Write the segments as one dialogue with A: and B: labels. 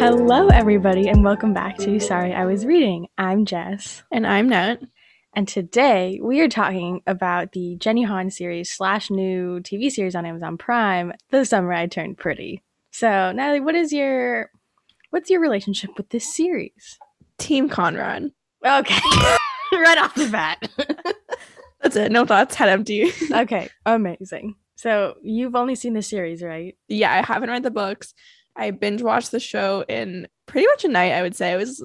A: Hello, everybody, and welcome back to Sorry I Was Reading. I'm Jess,
B: And I'm not.
A: and today we are talking about the Jenny Han series slash new TV series on Amazon Prime, The Summer I Turned Pretty. So, Natalie, what is your what's your relationship with this series?
B: Team Conrad.
A: Okay, right off the bat.
B: That's it. No thoughts. Head empty.
A: okay, amazing. So you've only seen the series, right?
B: yeah, I haven't read the books. I binge watched the show in pretty much a night, I would say. I was,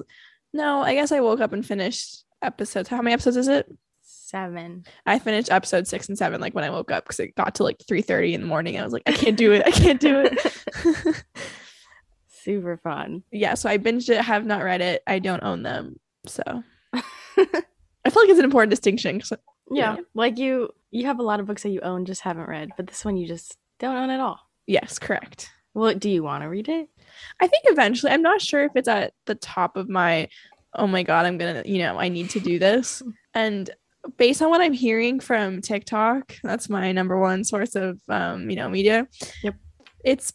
B: no, I guess I woke up and finished episodes. How many episodes is it?
A: Seven.
B: I finished episode six and seven, like when I woke up, because it got to like 3 30 in the morning. I was like, I can't do it. I can't do it.
A: Super fun.
B: yeah, so I binged it, have not read it. I don't own them. So I feel like it's an important distinction. 'cause
A: Yeah.
B: Yeah.
A: Like you you have a lot of books that you own just haven't read, but this one you just don't own at all.
B: yes, correct.
A: Well, do you want to read it?
B: I think eventually, I'm not sure if it's at the top of my, oh my God, I'm going to, you know, I need to do this. And based on what I'm hearing from TikTok, that's my number one source of, um, you know, media.
A: Yep.
B: It's,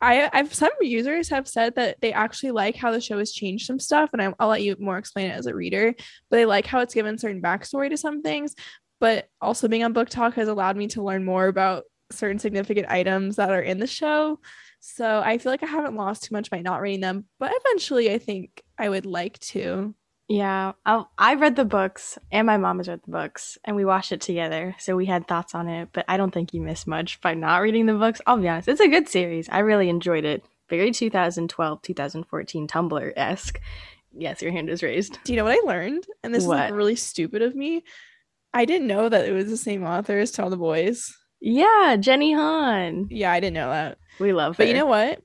B: I, I've some users have said that they actually like how the show has changed some stuff, and I, I'll let you more explain it as a reader. But they like how it's given certain backstory to some things, but also being on Book Talk has allowed me to learn more about certain significant items that are in the show. So I feel like I haven't lost too much by not reading them, but eventually I think I would like to.
A: Yeah. I I read the books and my mom has read the books and we watched it together. So we had thoughts on it, but I don't think you missed much by not reading the books. I'll be honest. It's a good series. I really enjoyed it. Very 2012, 2014 Tumblr esque. Yes, your hand is raised.
B: Do you know what I learned? And this is like
A: What?
B: really stupid of me. I didn't know that it was the same author as Tell the Boys.
A: Yeah, Jenny Han.
B: Yeah, I didn't know that.
A: We love
B: But
A: her.
B: you know what?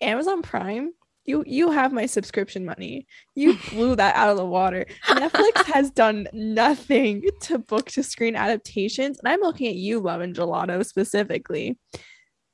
B: Amazon Prime, you you have my subscription money. You blew that out of the water. Netflix has done nothing to book to screen adaptations, and I'm looking at you, Love and Gelato specifically.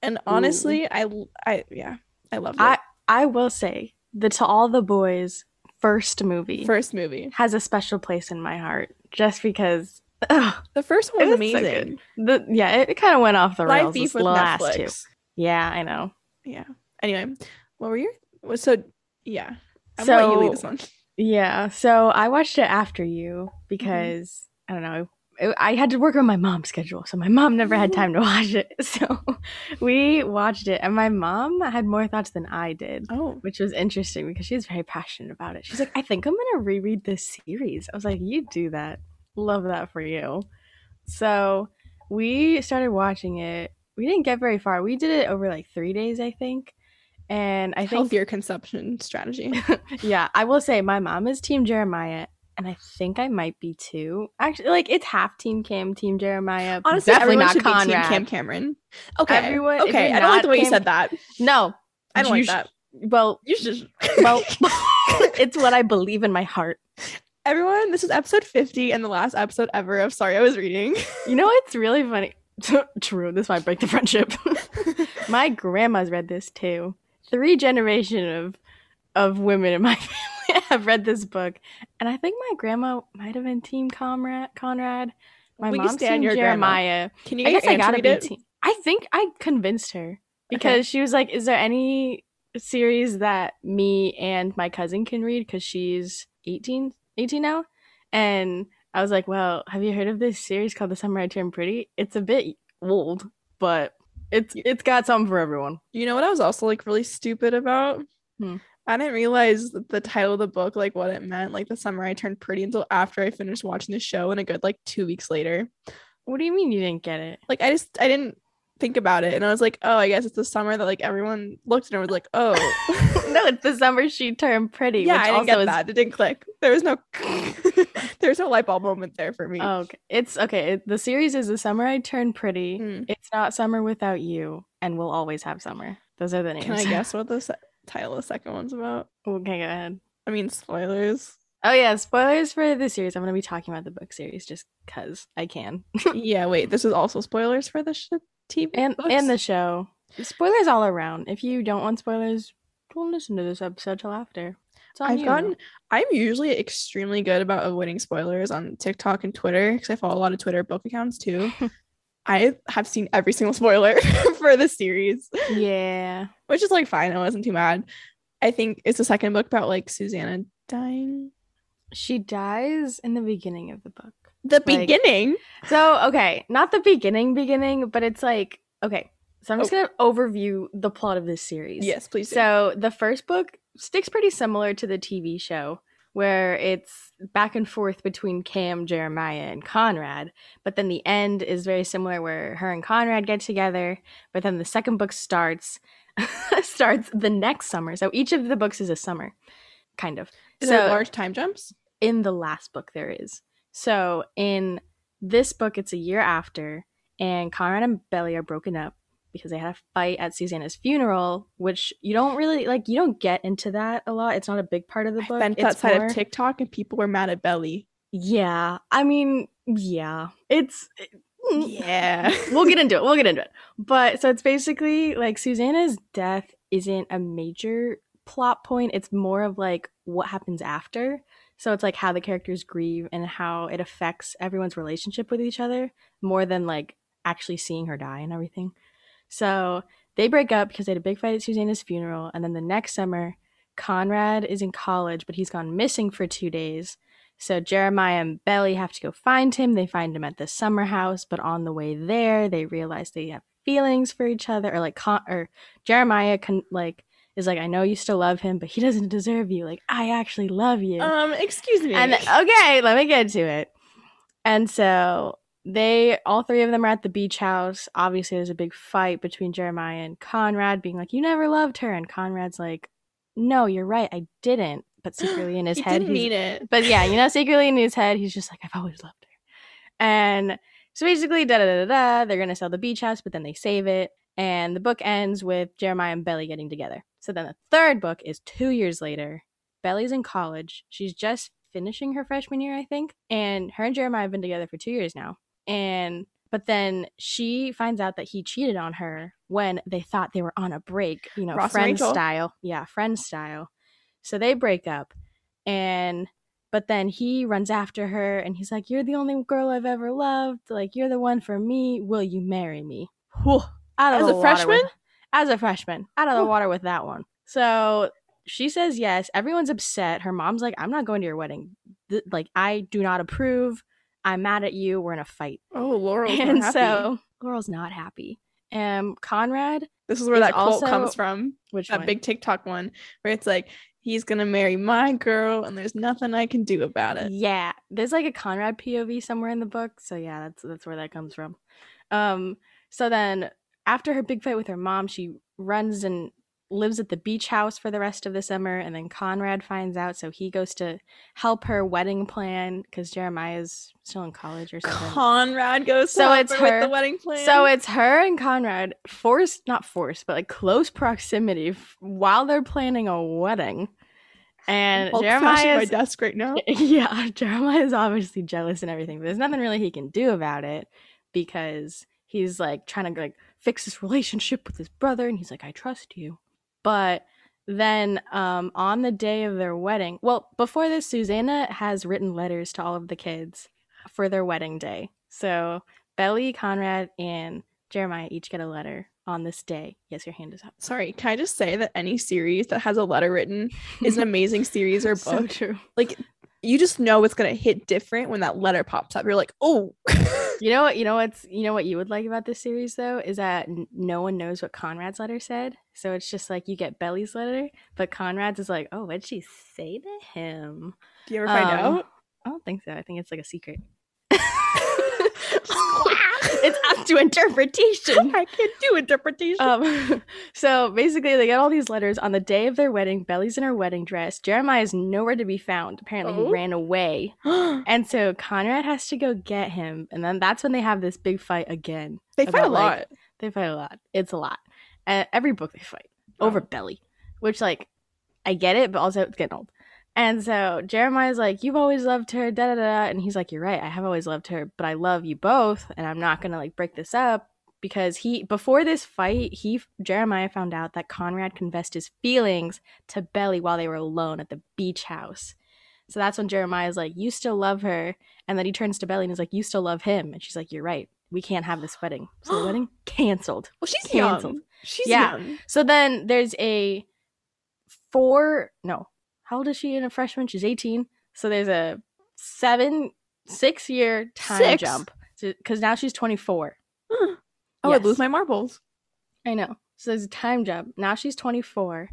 B: And honestly, I I yeah, I love it.
A: I will say the To All the Boys first movie
B: First movie.
A: has a special place in my heart just because ugh,
B: The first
A: it
B: one was
A: was so good.
B: amazing.
A: the, yeah, it, kind of went off the
B: Live
A: rails.
B: beef
A: This
B: with
A: last
B: Netflix.
A: two. Yeah, I know.
B: Yeah. Anyway, what were your was so yeah. I'm
A: so
B: gonna let you lead this one.
A: yeah, so I watched it after you because I don't know. I I had to work on my mom's schedule, so my mom never had time to watch it. So we watched it, and my mom had more thoughts than I did.
B: Oh.
A: which was interesting because she was very passionate about it. She's like, I think I'm gonna reread this series. I was like, You do that. Love that for you. So we started watching it. We didn't get very far. We did it over like three days, I think. And I think
B: healthier consumption strategy.
A: yeah, I will say my mom is Team Jeremiah, and I think I might be too. Actually, like it's half Team Kim, Team Jeremiah.
B: Honestly,
A: definitely
B: everyone
A: not
B: should be
A: Conrad.
B: Team Cam Cameron. Okay.
A: Everyone- if
B: okay.
A: you're
B: I don't
A: not
B: like the way
A: Cam-
B: you said that.
A: No.
B: I don't
A: You
B: like
A: sh-
B: that.
A: Well,
B: You should just
A: well, it's what I believe in my heart.
B: everyone, this is episode 50 and the last episode ever of Sorry I Was Reading.
A: You know what's really funny? True, this might break the friendship. my grandma's read this too. Three generation of of women in my family have read this book, and I think my grandma might have been Team Conrad. Conrad. My
B: Will you
A: mom's
B: stand
A: Team
B: your grandma?
A: Jeremiah.
B: Can you
A: I
B: get
A: guess
B: your
A: I
B: aunt to
A: gotta
B: read
A: be
B: it?
A: Team. I think I convinced her because she was like, "Is there any series that me and my cousin can read?" Because she's 18, 18 now, and I was like, "Well, have you heard of this series called The Summer I Turned Pretty? It's a bit old, but it's it's got something for everyone."
B: You know what I was also like really stupid about?
A: Hmm.
B: I didn't realize that the title of the book, like what it meant, like the summer I turned pretty until after I finished watching the show and a good like two weeks later.
A: What do you mean you didn't get it?
B: Like I just I didn't think about it. And I was like, oh, I guess it's the summer that like everyone looked and was like, oh
A: no, it's the summer she turned pretty.
B: yeah,
A: which
B: I didn't
A: also
B: get
A: is
B: that. It didn't click. There was no there was no light bulb moment there for me.
A: Oh, okay. It's okay. It, the series is The Summer I Turned Pretty.
B: Mm.
A: It's Not Summer Without You, and We'll Always Have Summer. Those are the names. Oh,
B: Can I guess what the se- title of the second one's about?
A: okay, go ahead.
B: I mean spoilers.
A: Oh, yeah. Spoilers for the series. I'm going to be talking about the book series just because I can.
B: yeah, wait, this is also spoilers for the sh- TV
A: And,
B: books?
A: and the show. Spoilers all around. If you don't want spoilers, don't listen to this episode till after. It's on
B: I've
A: you.
B: gotten. I'm usually extremely good about avoiding spoilers on TikTok and Twitter because I follow a lot of Twitter book accounts too. I have seen every single spoiler for the series,
A: Yeah.
B: which is like fine. I wasn't too mad. I think it's the second book about like Susanna dying.
A: She dies in the beginning of the book.
B: The
A: Like-
B: beginning.
A: So, okay, not the beginning beginning, but it's like, okay. So I'm just going to overview the plot of this series.
B: Oh. Yes, please. do.
A: So the first book sticks pretty similar to the TV show, where it's back and forth between Cam, Jeremiah, and Conrad. But then the end is very similar, where her and Conrad get together. But then the second book starts starts the next summer. So each of the books is a summer, kind of.
B: Is
A: so
B: there large time jumps?
A: in the last book there is. So in this book, it's a year after, and Conrad and Belly are broken up because they had a fight at Susanna's funeral, which you don't really like. You don't get into that a lot. It's not a big part of the
B: I've
A: book.
B: been to
A: It's
B: that side
A: more-
B: of TikTok and people were mad at Belly.
A: Yeah, I mean, yeah, it's. mm,
B: Yeah.
A: we'll get into it. We'll get into it. But so it's basically like Susanna's death isn't a major plot point. It's more of like what happens after. So it's like how the characters grieve and how it affects everyone's relationship with each other more than like actually seeing her die and everything. So they break up because they had a big fight at Susanna's funeral. And then the next summer, Conrad is in college, but he's gone missing for two days. So Jeremiah and Belly have to go find him. They find him at the summer house, but on the way there, they realize they have feelings for each other, or like, con- or Jeremiah can like is like, I know you still love him, but he doesn't deserve you. Like, I actually love you.
B: um, excuse me.
A: And oh, okay, let me get to it. And so they all three of them are at the beach house. Obviously, there's a big fight between Jeremiah and Conrad, being like, "You never loved her," and Conrad's like, "No, you're right, I didn't." But secretly in his
B: You
A: head,
B: didn't
A: he's
B: mean it.
A: but yeah, you know, secretly in his head, he's just like, I've always loved her. And so basically, da da da da, they're going to sell the beach house, but then they save it. And the book ends with Jeremiah and Belly getting together. So then the third book is two years later. Belly's in college. She's just finishing her freshman year, I think. And her and Jeremiah have been together for two years now. And but then she finds out that he cheated on her when they thought they were on a break, you know,
B: Ross and
A: friend
B: Rachel.
A: style. Yeah, friend style. So they break up and but then he runs after her and he's like, You're the only girl I've ever loved. Like, you're the one for me. Will you marry me? Whew. Out
B: As
A: the
B: a
A: water
B: freshman?
A: with- as a freshman. Out of the
B: Whew.
A: water with that one. So she says yes. Everyone's upset. Her mom's like, I'm not going to your wedding. Th- like, I do not approve. I'm mad at you. We're in a fight.
B: Oh, Laurel.
A: and so Laurel's not happy. Um, Conrad,
B: this is where
A: is
B: that quote
A: also-
B: comes from.
A: which
B: That
A: one?
B: big TikTok one where it's like, he's gonna marry my girl and there's nothing I can do about it.
A: Yeah, there's like a Conrad POV somewhere in the book, so yeah, that's that's where that comes from. Um, so then after her big fight with her mom, she runs and lives at the beach house for the rest of the summer, and then Conrad finds out, so he goes to help her wedding plan because Jeremiah's still in college or something.
B: Conrad goes
A: So
B: so
A: it's
B: it's
A: her-
B: with the wedding plan.
A: So it's her and Conrad forced, not forced, but like close proximity f- while they're planning a wedding. And
B: Hulk smashing my
A: Jeremiah's
B: desk right now.
A: yeah, Jeremiah is obviously jealous and everything, but there's nothing really he can do about it because he's like trying to like fix his relationship with his brother and he's like, I trust you. But then um on the day of their wedding, well, before this, Susanna has written letters to all of the kids for their wedding day. So Belly, Conrad, and Jeremiah each get a letter on this day. Yes, your hand is up.
B: Sorry, can I just say that any series that has a letter written is an amazing series or book?
A: so true.
B: you just know it's gonna hit different when that letter pops up. You're like, oh,
A: You know what? You know what's you know what you would like about this series though is that n- no one knows what Conrad's letter said, so it's just like you get Belly's letter, but Conrad's is like, oh, what'd she say to him?
B: do you ever find
A: Um,
B: out?
A: I don't think so. I think it's like a secret. it's up to interpretation.
B: I can't do interpretation.
A: Um, so basically, they get all these letters on the day of their wedding. Belly's in her wedding dress. Jeremiah's nowhere to be found. Apparently, he
B: Oh.
A: ran away. And so Conrad has to go get him. And then that's when they have this big fight again.
B: they fight a
A: about,
B: lot.
A: like, They fight a lot. It's a lot. Uh, every book they fight over Belly, which like I get it, but also it's getting old. And so Jeremiah's like, "You've always loved her," da da da, and he's like, "You're right. I have always loved her, but I love you both, and I'm not gonna like break this up." Because he before this fight, he Jeremiah found out that Conrad confessed his feelings to Belly while they were alone at the beach house. So that's when Jeremiah's like, "You still love her," and then he turns to Belly and is like, "You still love him," and she's like, "You're right. we can't have this wedding. So the wedding canceled.
B: Well, she's
A: Canceled.
B: young. She's
A: Yeah.
B: young.
A: So then there's a four. No, how old is she in a freshman? She's 18. So there's a seven, six year time
B: Six?
A: jump because now she's 24.
B: Huh. Oh, I would
A: Yes.
B: lose my marbles.
A: I know. So there's a time jump. Now she's 24,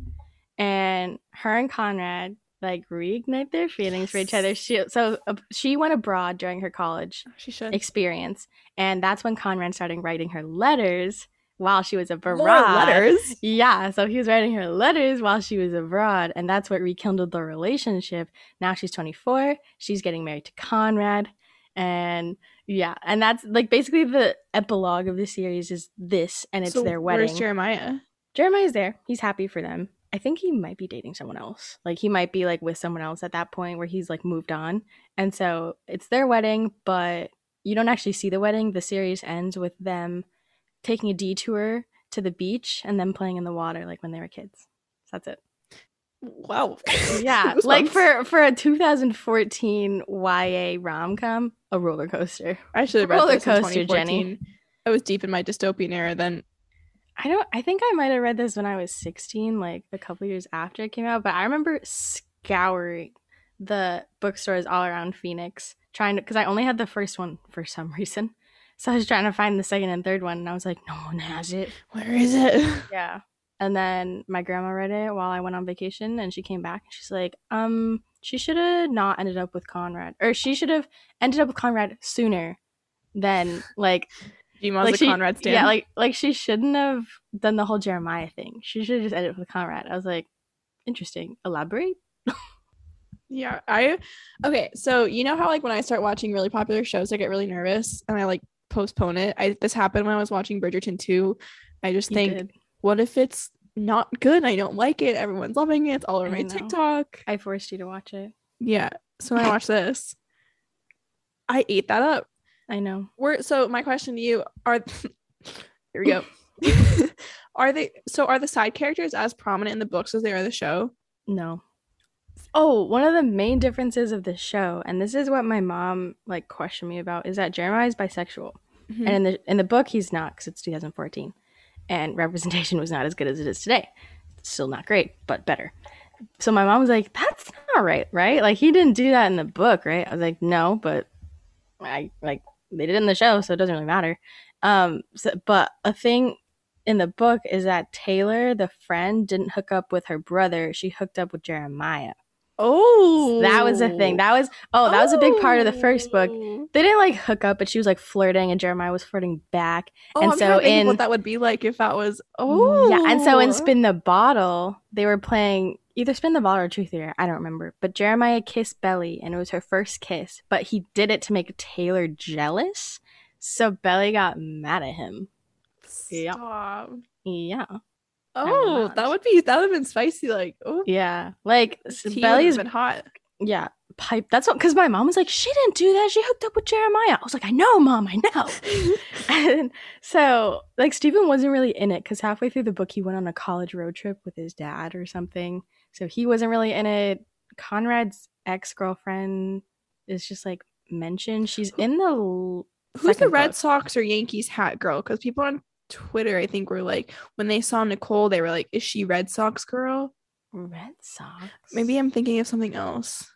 A: and her and Conrad like reignite their feelings for each other. She so uh, she went abroad during her college
B: She should.
A: experience, and that's when Conrad started writing her letters while she was abroad.
B: More letters.
A: Yeah, so he was writing her letters while she was abroad, and that's what rekindled the relationship. Now she's 24, she's getting married to Conrad, and yeah, and that's like basically the epilogue of the series is this, and it's
B: So
A: their wedding.
B: Where's Jeremiah?
A: Jeremiah's there, he's happy for them. I think he might be dating someone else. Like he might be like with someone else at that point where he's like moved on. And so it's their wedding, but you don't actually see the wedding. The series ends with them taking a detour to the beach and then playing in the water like when they were kids. So that's it.
B: Wow.
A: Yeah,
B: Goosebumps.
A: like for for a 2014 YA rom-com, a roller coaster.
B: I should have read
A: roller
B: this in
A: coaster, Jenny.
B: 2014. I was deep in my dystopian era then.
A: I don't I think I might have read this when I was 16, like a couple years after it came out, but I remember scouring the bookstores all around Phoenix trying to cuz I only had the first one for some reason. So I was trying to find the second and third one and I was like no one has it.
B: Where is it?
A: Yeah. And then my grandma read it while I went on vacation and she came back and she's like, um, she should have not ended up with Conrad or she should have ended up with Conrad sooner than like
B: Gmail's a
A: she-
B: Conrad stand.
A: Yeah, like like she shouldn't have done the whole Jeremiah thing. She should have just ended up with Conrad. I was like, interesting. Elaborate.
B: Yeah, I okay. So you know how like when I start watching really popular shows, I get really nervous and I like postpone it. I this happened when I was watching Bridgerton too. I just
A: You
B: think,
A: did.
B: what if it's not good? I don't like it. Everyone's loving it. It's all over
A: I
B: my
A: know.
B: TikTok.
A: I forced you to watch it.
B: Yeah. So when I watch this, I ate that up.
A: I know.
B: We're so my question to you are here we go. are they so are the side characters as prominent in the books as they are the show?
A: No. Oh, one of the main differences of the show, and this is what my mom like questioned me about, is that Jeremiah is bisexual,
B: Mhm.
A: and in the in the book he's not because it's 2014, and representation was not as good as it is today. Still not great, but better. So my mom was like, "That's not right, right? Like he didn't do that in the book, right?" I was like, "No, but I like they did it in the show, so it doesn't really matter." Um, so, but a thing in the book is that Taylor, the friend, didn't hook up with her brother. She hooked up with Jeremiah.
B: Oh
A: That was the thing. That was oh, that was a big part of the first book.
B: Oh.
A: They didn't like hook up, but she was like flirting, and Jeremiah was flirting back.
B: Oh,
A: And
B: I'm trying to
A: so
B: think of
A: in- Mm,
B: what that would be like if that was oh
A: yeah. And so in Spin the Bottle, they were playing either Spin the Bottle or Truth or Dare. I don't remember. But Jeremiah kissed Belly, and it was her first kiss. But he did it to make Taylor jealous, so Belly got mad at him. Yeah.
B: Stop.
A: Yeah,
B: Oh,
A: not.
B: that would be that would have been spicy. Like oh,
A: yeah. Like
B: this tea would have
A: Belly's
B: been hot.
A: yeah pipe that's what because my mom was like she didn't do that she hooked up with jeremiah i was like i know mom i know and so like stephen wasn't really in it because halfway through the book he went on a college road trip with his dad or something so he wasn't really in it conrad's ex-girlfriend is just like mentioned she's in the l-
B: Who's the
A: second
B: Red
A: book.
B: Sox or Yankees hat girl? Because people on Twitter, I think, were like when they saw Nicole, they were like, "Is she Red Sox girl?"
A: red sox
B: Maybe I'm thinking of something else.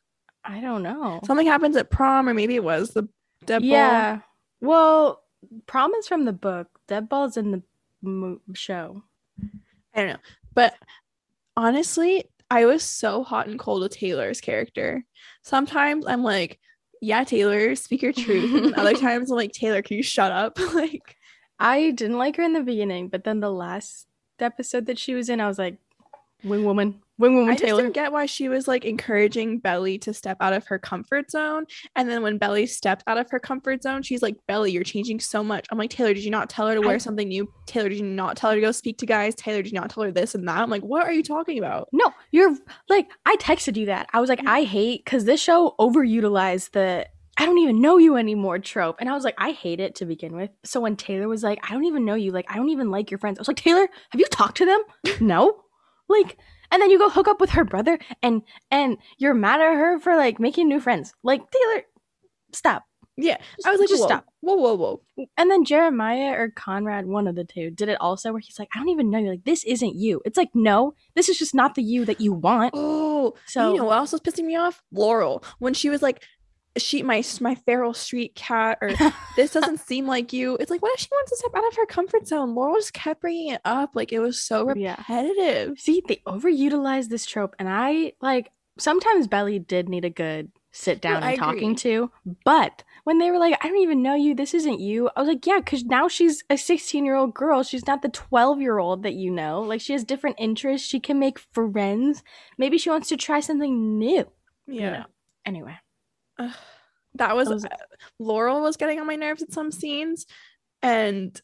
A: i don't know
B: Something happens at prom, or maybe it was the dead ball.
A: Oh. yeah well prom is from the book dead ball's in the mo- show
B: I don't know. But honestly, I was so hot and cold with Taylor's character. Sometimes I'm like, yeah, Taylor, speak your truth. And then other times I'm like, Taylor, can you shut up? like,
A: I didn't like her in the beginning, but then the last episode that she was in, I was like, Wing Woman, Wing Woman
B: I just
A: Taylor.
B: didn't get why she was like encouraging Belly to step out of her comfort zone. And then when Belly stepped out of her comfort zone, she's like, Belly, you're changing so much. I'm like, Taylor, did you not tell her to wear
A: I-
B: something new? Taylor, did you not tell her to go speak to guys? Taylor, did you not tell her this and that? I'm like, what are you talking about?
A: No, you're like, I texted you that. I was like,
B: Mhm.
A: I hate because this show overutilized the I don't even know you anymore trope. And I was like, I hate it to begin with. So when Taylor was like, I don't even know you, like, I don't even like your friends, I was like, Taylor, have you talked to them? no. Like, and then you go hook up with her brother and and you're mad at her for like making new friends. Like, Taylor, stop.
B: Yeah.
A: Just-
B: I was like,
A: just
B: whoa,
A: stop.
B: Whoa, whoa, whoa.
A: And then Jeremiah or Conrad, one of the two, did it also where he's like, I don't even know you. Like, this isn't you. It's like, no, this is just not the you that you want.
B: Oh,
A: So-
B: you know what else was pissing me off? Laurel when she was like, she my my feral street cat or this doesn't seem like you. It's like what if she wants to step out of her comfort zone? Laurel just kept bringing it up, like it was so
A: Yeah.
B: repetitive.
A: See, they overutilize this trope, and I like sometimes Belly did need a good sit down
B: I
A: and talking
B: agree.
A: to, but when they were like, I don't even know you, this isn't you, I was like, yeah, because now she's a 16 year old girl. She's not the 12 year old that you know. Like, she has different interests. She can make friends. Maybe she wants to try something new. you know? Anyway,
B: Ugh. that was,
A: That was-
B: uh, Laurel was getting on my nerves at some scenes, and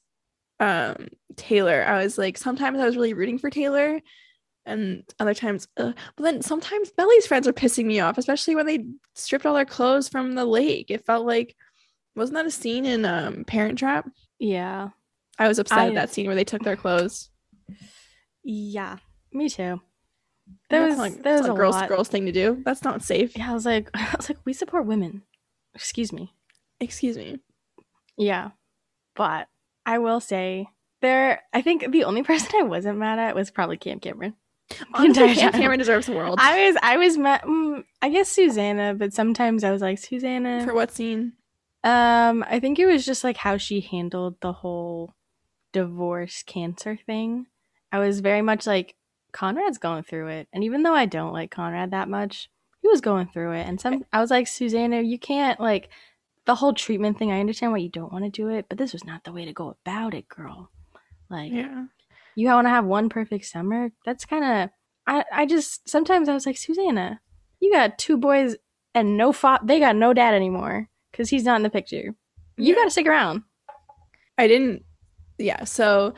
B: um Taylor. I was like, sometimes I was really rooting for Taylor, and other times, ugh. but then sometimes Belly's friends were pissing me off, especially when they stripped all their clothes from the lake. It felt like wasn't that a scene in um Parent Trap?
A: yeah.
B: I was upset
A: I-
B: at that scene where they took their clothes.
A: Yeah. Me too. There
B: That's
A: was,
B: not-
A: there
B: that's
A: was a
B: not girls
A: lot.
B: girls thing to do. That's not safe.
A: Yeah, I was like, I was like, we support women. Excuse me.
B: Excuse me.
A: Yeah. But I will say there I think the only person I wasn't mad at was probably Cam Cameron.
B: Honestly,
A: entire
B: Cam
A: time.
B: Cameron deserves the world.
A: I was I was mad mm, I guess Susanna, but sometimes I was like Susanna.
B: for what scene?
A: Um I think it was just like how she handled the whole divorce cancer thing. I was very much like Conrad's going through it. And even though I don't like Conrad that much, he was going through it. And some I was like Susanna, you can't like the whole treatment thing. I understand why you don't want to do it, but this was not the way to go about it, girl. Like
B: Yeah.
A: you want to have one perfect summer that's kind of I, I just sometimes i was like susanna you got two boys and no fa- they got no dad anymore because he's not in the picture you
B: Yeah.
A: gotta stick around
B: I didn't. Yeah. So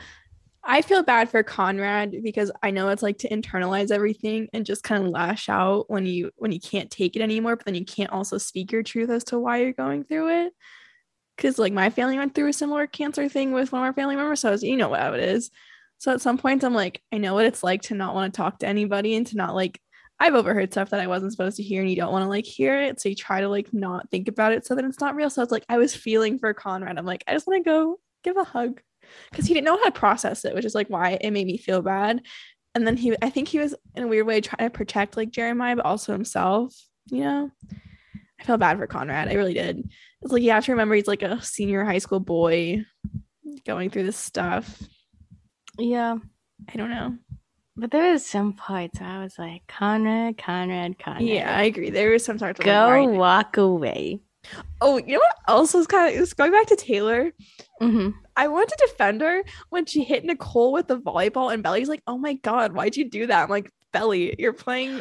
B: I feel bad for Conrad because I know it's like to internalize everything and just kind of lash out when you when you can't take it anymore, but then you can't also speak your truth as to why you're going through it. Cause like my family went through a similar cancer thing with one of our family members. So I was, you know how it is. So at some points I'm like, I know what it's like to not want to talk to anybody and to not like I've overheard stuff that I wasn't supposed to hear and you don't want to like hear it. So you try to like not think about it so that it's not real. So it's like I was feeling for Conrad. I'm like, I just want to go give a hug because he didn't know how to process it, which is like why it made me feel bad. And then he, I think he was in a weird way trying to protect like Jeremiah, but also himself. You know, I felt bad for Conrad. I really did. It's like you have to remember he's like a senior high school boy going through this stuff.
A: yeah
B: I don't know.
A: but there was some parts i was like conrad conrad conrad
B: Yeah, I agree. There was some sort of like,
A: go
B: whining.
A: walk away
B: Oh, you know what else was kind of going back to Taylor.
A: hmm
B: I want to defend her when she hit Nicole with the volleyball, and Belly's like, "Oh my god, why'd you do that?" I'm like, "Belly, you're playing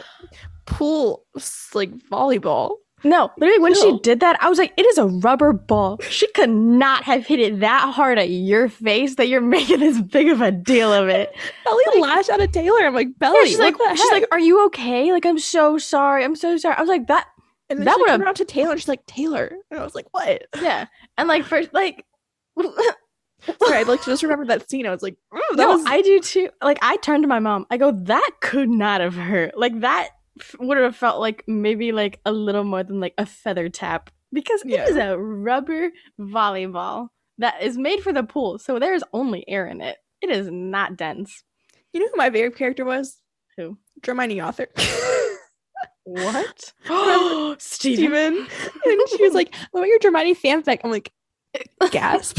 B: pool s- like volleyball."
A: no literally when
B: No.
A: she did that i was like it is a rubber ball she could not have hit it that hard at your face that you're making this big of a deal of it
B: Belly lashed out at Taylor. I'm like, "Belly,
A: Yeah, she's Oh, like,
B: what the
A: she's
B: heck?"
A: like, are you okay? Like, I'm so sorry. I'm so sorry. I was like, that,
B: and then
A: that
B: she
A: would've-
B: turned around to Taylor. And she's like, "Taylor," and I was like, "What?"
A: yeah. And like, first, like,
B: Sorry, I like to just remember that scene. I was like, "Oh, that
A: no,
B: was."
A: I do too. Like, I turned to my mom. I go, that could not have hurt. Like, that f- would have felt like maybe like a little more than like a feather tap because
B: Yeah.
A: it is a rubber volleyball that is made for the pool. So there is only air in it. It is not dense.
B: you know who my favorite character was?
A: Who?
B: Hermione Author.
A: What? Steven.
B: Steven. And she was like, What about your Germani fanfic? I'm like, Gasp.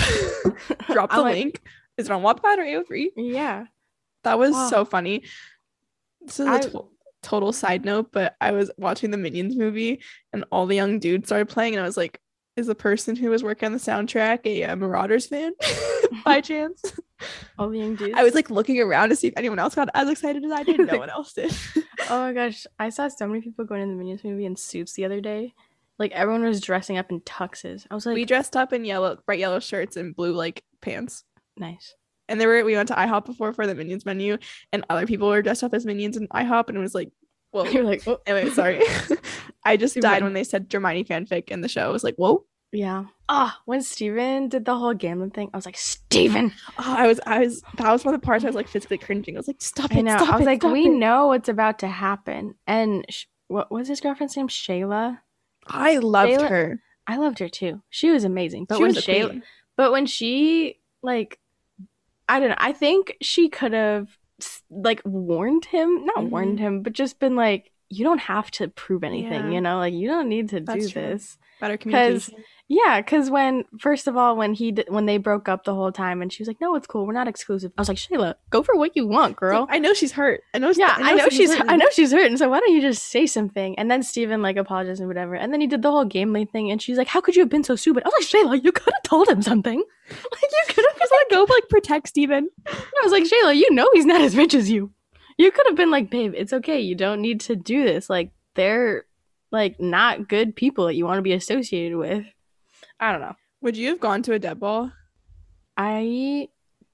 B: Drop the
A: I'm like-
B: link. Is it on Wattpad or AO3?
A: Yeah.
B: That was
A: Wow.
B: so funny. This is a
A: I-
B: to- total side note, but I was watching the Minions movie and all the young dudes started playing, and I was like, Is the person who was working on the soundtrack a uh, Marauders fan by chance?
A: All the young dudes.
B: I was like looking around to see if anyone else got as excited as I did. No one else did.
A: Oh my gosh, I saw so many people going to the Minions movie in suits the other day. Like everyone was dressing up in tuxes. I was like,
B: we dressed up in yellow, bright yellow shirts and blue like pants.
A: nice.
B: and there were we went to IHOP before for the Minions menu, and other people were dressed up as Minions in IHOP, and it was like, whoa.
A: You're like, oh,
B: anyway, sorry, I just
A: You're
B: died
A: fine.
B: when they said Germani fanfic in the show. I was like, whoa.
A: yeah. Ah, when Steven did the whole Gamlin thing, I was like, Steven.
B: Oh, I was, I was. That was one of the parts I was like physically cringing. I was like, stop it,
A: I know.
B: stop
A: I was
B: it,
A: like,
B: stop
A: we
B: it."
A: know what's about to happen. And sh- what was his girlfriend's name? Shayla.
B: I loved
A: Shayla-
B: her.
A: I loved her too. She was amazing. But
B: she
A: when
B: was a
A: Shayla,
B: queen.
A: but when she like, I don't know. I think she could have s- like warned him, not
B: Mhm.
A: warned him, but just been like, you don't have to prove anything.
B: Yeah.
A: You know, like you don't need to
B: That's
A: do
B: true.
A: this.
B: better
A: 'cause-
B: communication.
A: Yeah, because when first of all, when he d- when they broke up the whole time, and she was like, "No, it's cool. We're not exclusive." I was like, "Shayla, go for what you want, girl."
B: I know she's hurt. I know.
A: yeah, I know,
B: something's
A: she's
B: hurting.
A: I know she's hurting. So why don't you just say something? And then Steven like apologized and whatever. And then he did the whole gamely thing, and she's like, "How could you have been so stupid?" I was like, "Shayla, you could have told him something. Like you could have."
B: Just let go, like protect Steven.
A: I was like, "Shayla, you know he's not as rich as you. You could have been like, babe, it's okay. You don't need to do this. Like they're like not good people that you want to be associated with." I don't know.
B: Would you have gone to a dead ball?
A: I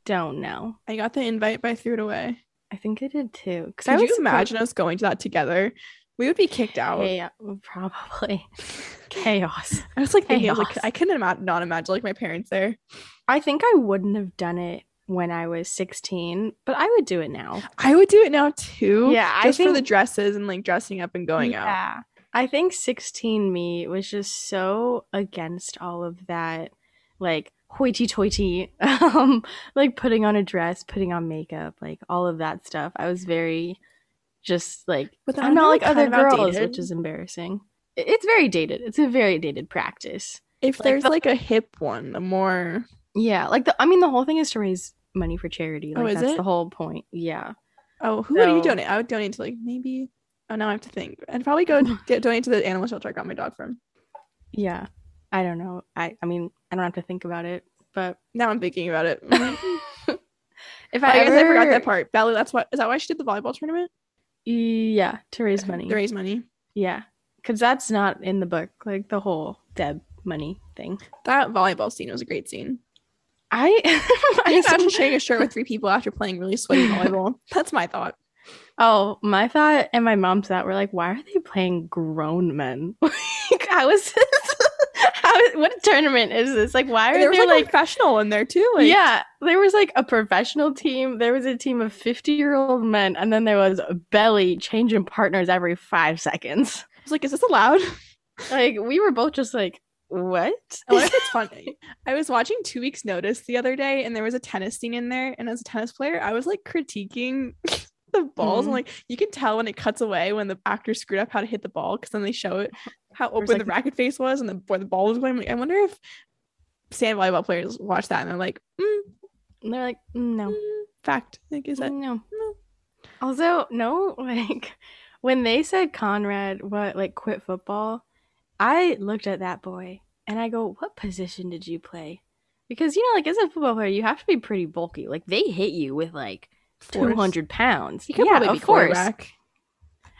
A: don't know.
B: I got the invite, but I threw it away.
A: I think I did too. Because I
B: Could
A: was
B: you imagine us going to that together? We would be kicked out.
A: Chaos, probably chaos.
B: I was like thinking, I, was like,
A: chaos.
B: I couldn't ima- not imagine like my parents there.
A: I think I wouldn't have done it when I was sixteen, but I would do it now.
B: I would do it now too.
A: Yeah, I
B: just
A: think
B: for the dresses and like dressing up and going out.
A: yeah. I think sixteen me was just so against all of that, like hoity-toity, um, like putting on a dress, putting on makeup, like all of that stuff. I was very, just like
B: But then
A: I'm not like
B: kind
A: other
B: of
A: girls,
B: outdated.
A: which is embarrassing. I- It's very dated. It's a very dated practice.
B: if
A: like,
B: there's
A: the-
B: like a hip one, the more
A: Yeah, like the I mean the whole thing is to raise money for charity. Like
B: Oh, is
A: that's
B: it?
A: the whole point. Yeah.
B: oh, who would you
A: So-
B: donate? I would donate to like maybe. Oh, now I have to think. I'd probably go get donate to the animal shelter I got my dog from.
A: Yeah. I don't know. I I mean, I don't have to think about it, but
B: Now I'm thinking about it.
A: if
B: Oh, I
A: I,
B: guess
A: ever
B: I forgot that part. Valerie, that's why. Is that why she did the volleyball tournament
A: Yeah, to raise money.
B: to raise money?
A: Yeah. Cuz that's not in the book, like the whole Deb money thing.
B: That volleyball scene was a great scene.
A: I
B: I
A: I
B: just imagine sharing a shirt with three people after playing really sweaty volleyball. That's my thought.
A: Oh, my thought and my mom's thought were like, why are they playing grown men? like, how is this? how is, what tournament is this? Like, why are
B: And there was
A: they
B: like, a
A: like?
B: professional in there too. Like,
A: yeah, there was like a professional team. There was a team of fifty-year-old men, and then there was Belly changing partners every five seconds.
B: I was like, is this allowed?
A: Like, we were both just like, what?
B: I wonder if it's funny. I was watching Two Weeks Notice the other day, and there was a tennis scene in there. And as a tennis player, I was like critiquing the balls.
A: Mhm.
B: And like, you can tell when it cuts away when the actor screwed up how to hit the ball because then they show it how
A: Uh-huh. There's,
B: open the
A: like-
B: racket face was and the, where the ball was going. Like, I wonder if sand volleyball players watch that and they're like, mm,
A: And they're like, no, Mm.
B: mm, fact. Like, is that
A: no.
B: no.
A: Also, no, like when they said Conrad what like quit football, I looked at that boy and I go, "What position did you play?" Because you know, like as a football player, you have to be pretty bulky. Like they hit you with like two
B: force?
A: hundred pounds.
B: He could
A: yeah,
B: probably
A: of
B: be
A: course.
B: quarterback.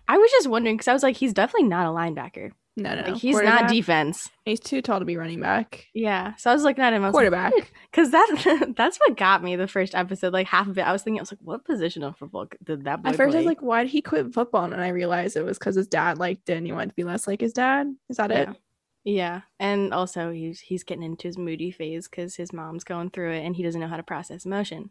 A: I was just wondering because I was like, he's definitely not a linebacker.
B: No, no, no.
A: Like he's
B: Quarterback.
A: not defense.
B: He's too tall to be running back.
A: Yeah. So I was looking at him. I was like,
B: Quarterback.
A: Cause that that's what got me the first episode. Like half of it, I was thinking, I was like, what position of football did that boy
B: At first, I
A: play?
B: was like, "Why did he quit football?" And I realized it was because his dad like didn't he want to be less like his dad. Is that it?
A: Yeah. Yeah, and also he's he's getting into his moody phase because his mom's going through it, and he doesn't know how to process emotion.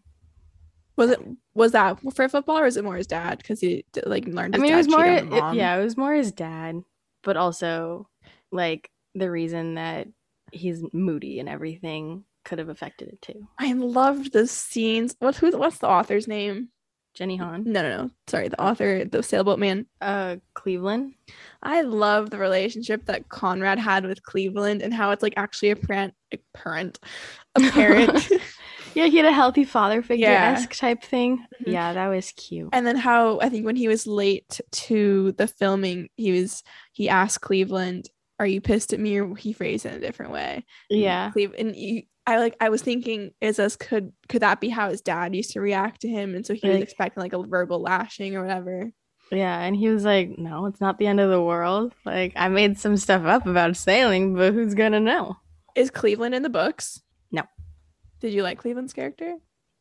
B: Was it was that for football or is it more his dad because he d- like learned?
A: I
B: His
A: mean, it
B: dad
A: was more,
B: cheated on the
A: it-
B: mom?
A: yeah, it was more his dad, but also like the reason that he's moody and everything could have affected it too.
B: I loved the scenes. What who's what's the author's name?
A: Jenny Hahn,
B: No, no, no. Sorry, the author, the sailboat man.
A: uh, Cleveland.
B: I love the relationship that Conrad had with Cleveland and how it's like actually a parent, a parent, a parent.
A: Yeah, he had a healthy father figure esque type thing.
B: Mhm.
A: Yeah, that was cute.
B: and then how I think when he was late to the filming, he was he asked Cleveland, "Are you pissed at me?" Or he phrased it in a different way.
A: Yeah,
B: Cleve- and you, I like I was thinking, is this could could that be how his dad used to react to him? And so he was
A: Like-
B: expecting like a verbal lashing or whatever.
A: yeah, and he was like, "No, it's not the end of the world. Like, I made some stuff up about sailing, but who's gonna know?"
B: Is Cleveland in the books?
A: No.
B: Did you like Cleveland's character?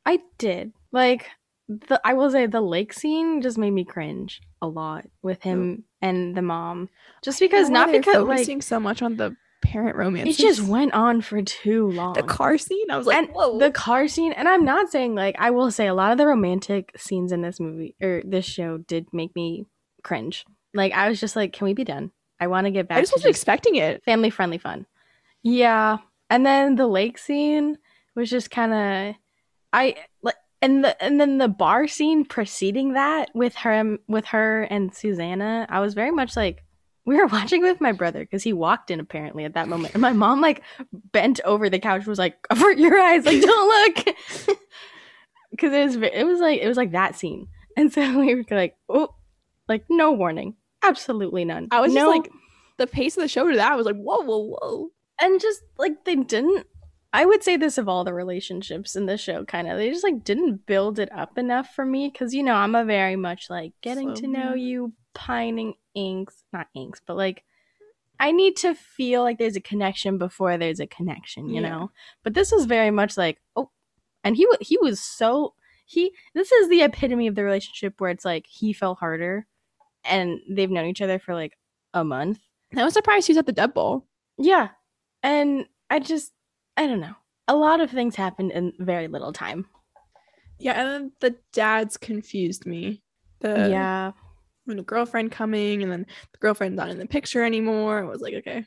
A: I did. Like the I will say the lake scene just made me cringe a lot with him and the mom. Just because
B: I don't know
A: not
B: why they're
A: because
B: focusing
A: like
B: so much on the parent romance.
A: it just went on for too long.
B: the car scene. I was like,
A: and
B: whoa.
A: the car scene and I'm not saying like I will say a lot of the romantic scenes in this movie or this show did make me cringe. Like I was just like can we be done? I want to get back
B: I just
A: to
B: wasn't expecting it.
A: family friendly fun. Yeah. And then the lake scene was just kind of I like and the and then the bar scene preceding that with her with her and Susanna, I was very much like we were watching with my brother because he walked in apparently at that moment, and my mom like bent over the couch and was like, "Avert your eyes, like don't look," because it was ve- it was like it was like that scene, and so we were like, "Oh, like no warning, absolutely none."
B: I was
A: no,
B: just like the pace of the show to that I was like, whoa, whoa, whoa.
A: and just like they didn't i would say this of all the relationships in the show kind of they just like didn't build it up enough for me because you know i'm a very much like getting
B: Slow
A: to know
B: mo.
A: you pining inks not inks but like i need to feel like there's a connection before there's a connection you
B: Yeah.
A: know but this was very much like oh and he wa- he was so he this is the epitome of the relationship where it's like he fell harder and they've known each other for like a month
B: I was surprised he was at the Dead Bowl.
A: yeah. And I just, I don't know. A lot of things happened in very little time.
B: Yeah, and then the dads confused me. The
A: yeah.
B: when the girlfriend coming and then the girlfriend's not in the picture anymore. I was like, okay.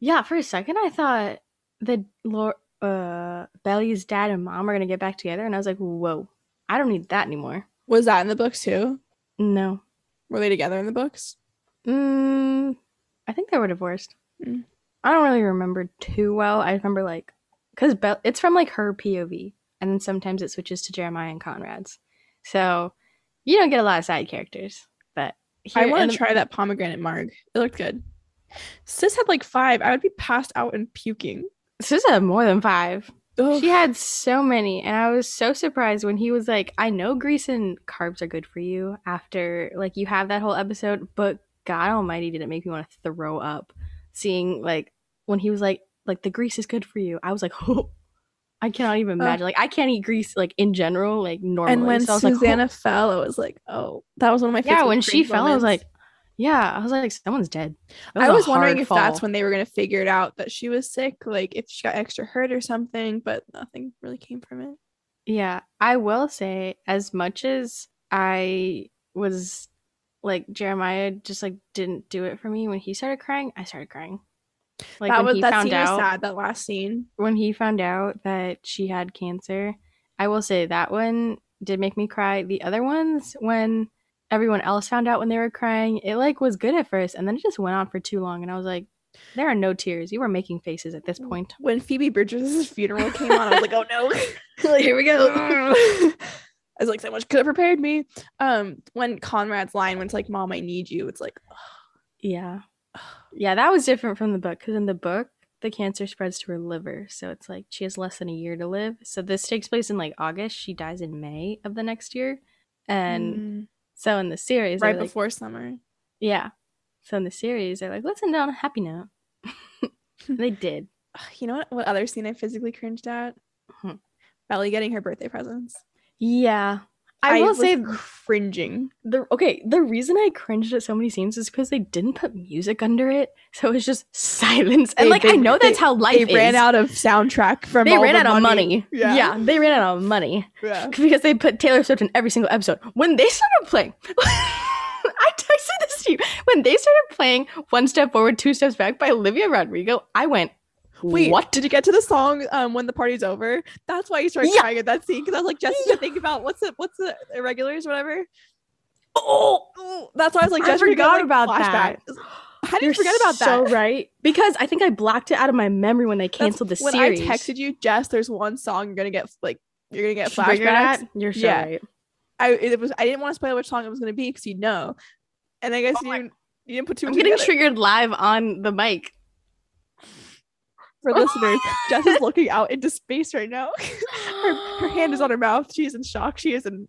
A: Yeah. For a second, I thought that Lor- uh, Belly's dad and mom are going to get back together. And I was like, whoa, I don't need that anymore.
B: Was that in the books too?
A: No.
B: Were they together in the books?
A: Mm, I think they were divorced.
B: Mm.
A: I don't really remember too well. I remember like, because Bell, it's from like her POV, and then sometimes it switches to Jeremiah and Conrad's. So you don't get a lot of side characters, but
B: I
A: here-
B: want
A: and
B: to
A: the-
B: try that pomegranate marg. It looked good. Sis had like five. I would be passed out and puking.
A: Sis had more than five.
B: Ugh.
A: She had so many, and I was so surprised when he was like, "I know grease and carbs are good for you." After like you have that whole episode, but God Almighty, did it make me want to throw up? Seeing like when he was like, "Like the grease is good for you," I was like, "Oh, I cannot even
B: Ugh.
A: imagine." Like I can't eat grease like in general, like normally.
B: and when
A: So I was like,
B: Susanna fell, I was like, oh, that was one of my
A: "Oh." yeah,
B: favorite
A: when she
B: cringe
A: fell, I was like,
B: moments.
A: "Yeah," I was like, "Someone's dead." That
B: I
A: a
B: was wondering
A: hard
B: if
A: fall.
B: that's when they were going to figure it out that she was sick, like if she got extra hurt or something, but nothing really came from it.
A: Yeah, I will say as much as I was like Jeremiah just like didn't do it for me when he started crying, I started crying. Like
B: that
A: when
B: was
A: he
B: that
A: found
B: scene
A: out
B: was sad. That last scene.
A: when he found out that she had cancer. I will say that one did make me cry. The other ones when everyone else found out when they were crying, it like was good at first and then it just went on for too long and I was like there are no tears. You were making faces at
B: Mm.
A: this point.
B: When Phoebe Bridgers' funeral came on, I was like, oh no.
A: Here we
B: I was like, so much could have prepared me. Um, when Conrad's line, when it's like, Mom, I need you, it's like,
A: Yeah. Yeah, that was different from the book because in the book, the cancer spreads to her liver. So it's like she has less than a year to live. So this takes place in like August. She dies in May of the next year. And
B: Mm,
A: so in the series,
B: right
A: they're like-
B: before summer.
A: yeah. So in the series, they're like, let's end on a happy note. they did.
B: Ugh, You know what, what other scene I physically cringed at?
A: Hmm.
B: Belly getting her birthday presents.
A: Yeah. I, will
B: was
A: say
B: cringing.
A: the okay, the reason I cringed at so many scenes is because they didn't put music under it. So it was just silence. And
B: They-
A: like I
B: they-
A: know that's
B: they-
A: how life
B: They
A: is.
B: ran out of soundtrack from
A: they
B: all
A: ran
B: the
A: out of money.
B: Yeah.
A: yeah, they ran out of money.
B: Yeah.
A: because they put Taylor Swift in every single episode. When they started playing, I texted this to you. When they started playing One Step Forward, Two Steps Back by Olivia Rodrigo, I went,
B: Wait,
A: what?
B: Did you get to the song um, when the party's over? That's why you started
A: Yeah.
B: crying at that scene because I was like, Jessica,
A: Yeah.
B: think about what's the what's the irregulars, whatever.
A: oh,
B: Ooh, That's why I was like,
A: I
B: Jessica,
A: forgot
B: like,
A: about
B: flashback.
A: that.
B: How did
A: you're
B: you forget about
A: so
B: that?
A: right. Because I think I blocked it out of my memory when they
B: That's
A: canceled the
B: when
A: series.
B: I texted you, Jess, there's one song you're gonna get like you're gonna get
A: Figure it out?
B: flashbacks.
A: You're so
B: Yeah.
A: right.
B: I it was I didn't want to spoil which song it was gonna be because you know, and I guess
A: Oh
B: you
A: my-
B: didn't, you didn't put too
A: I'm
B: much
A: getting
B: together.
A: triggered live on the mic.
B: for listeners. Jess is looking out into space right now. her, her hand is on her mouth. She's in shock. She is in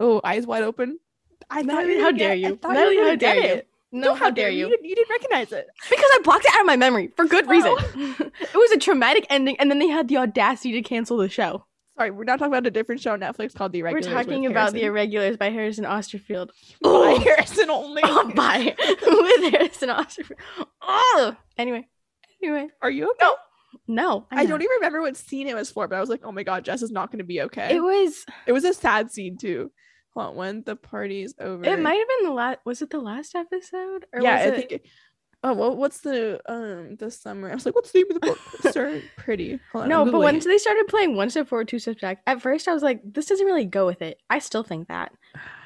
B: oh eyes wide open. I thought
A: Natalie,
B: were
A: how
B: gonna
A: dare
B: get-
A: you?
B: I thought
A: Natalie,
B: you were
A: how
B: gonna get
A: dare you?
B: it.
A: No, how dare you?
B: You didn't, you didn't recognize it.
A: Because I blocked it out of my memory for good
B: Oh.
A: reason. it was a traumatic ending, and then they had the audacity to cancel the show.
B: Sorry, we're not talking about a different show on Netflix called The
A: We're
B: Irregulars.
A: talking
B: with
A: about the
B: Harrison.
A: irregulars by Harrison Osterfield.
B: By
A: Oh,
B: Harrison only.
A: oh by with Harrison Osterfield. Oh, anyway, anyway,
B: Are you okay?
A: No, no,
B: I don't even remember what scene it was for, but I was like, oh my god, Jess is not going to be okay.
A: It was.
B: It was a sad scene too. Hold on, when the party's over.
A: It might have been the last. Was it the last episode? Or
B: yeah,
A: was
B: I
A: it,
B: think. oh well, what's the um the summary? I was like, what's the name of the book? Sir Pretty. Hold on,
A: no,
B: I'm
A: but
B: Googling
A: once
B: it.
A: they started playing one step forward, two steps back, at first I was like, this doesn't really go with it. I still think that.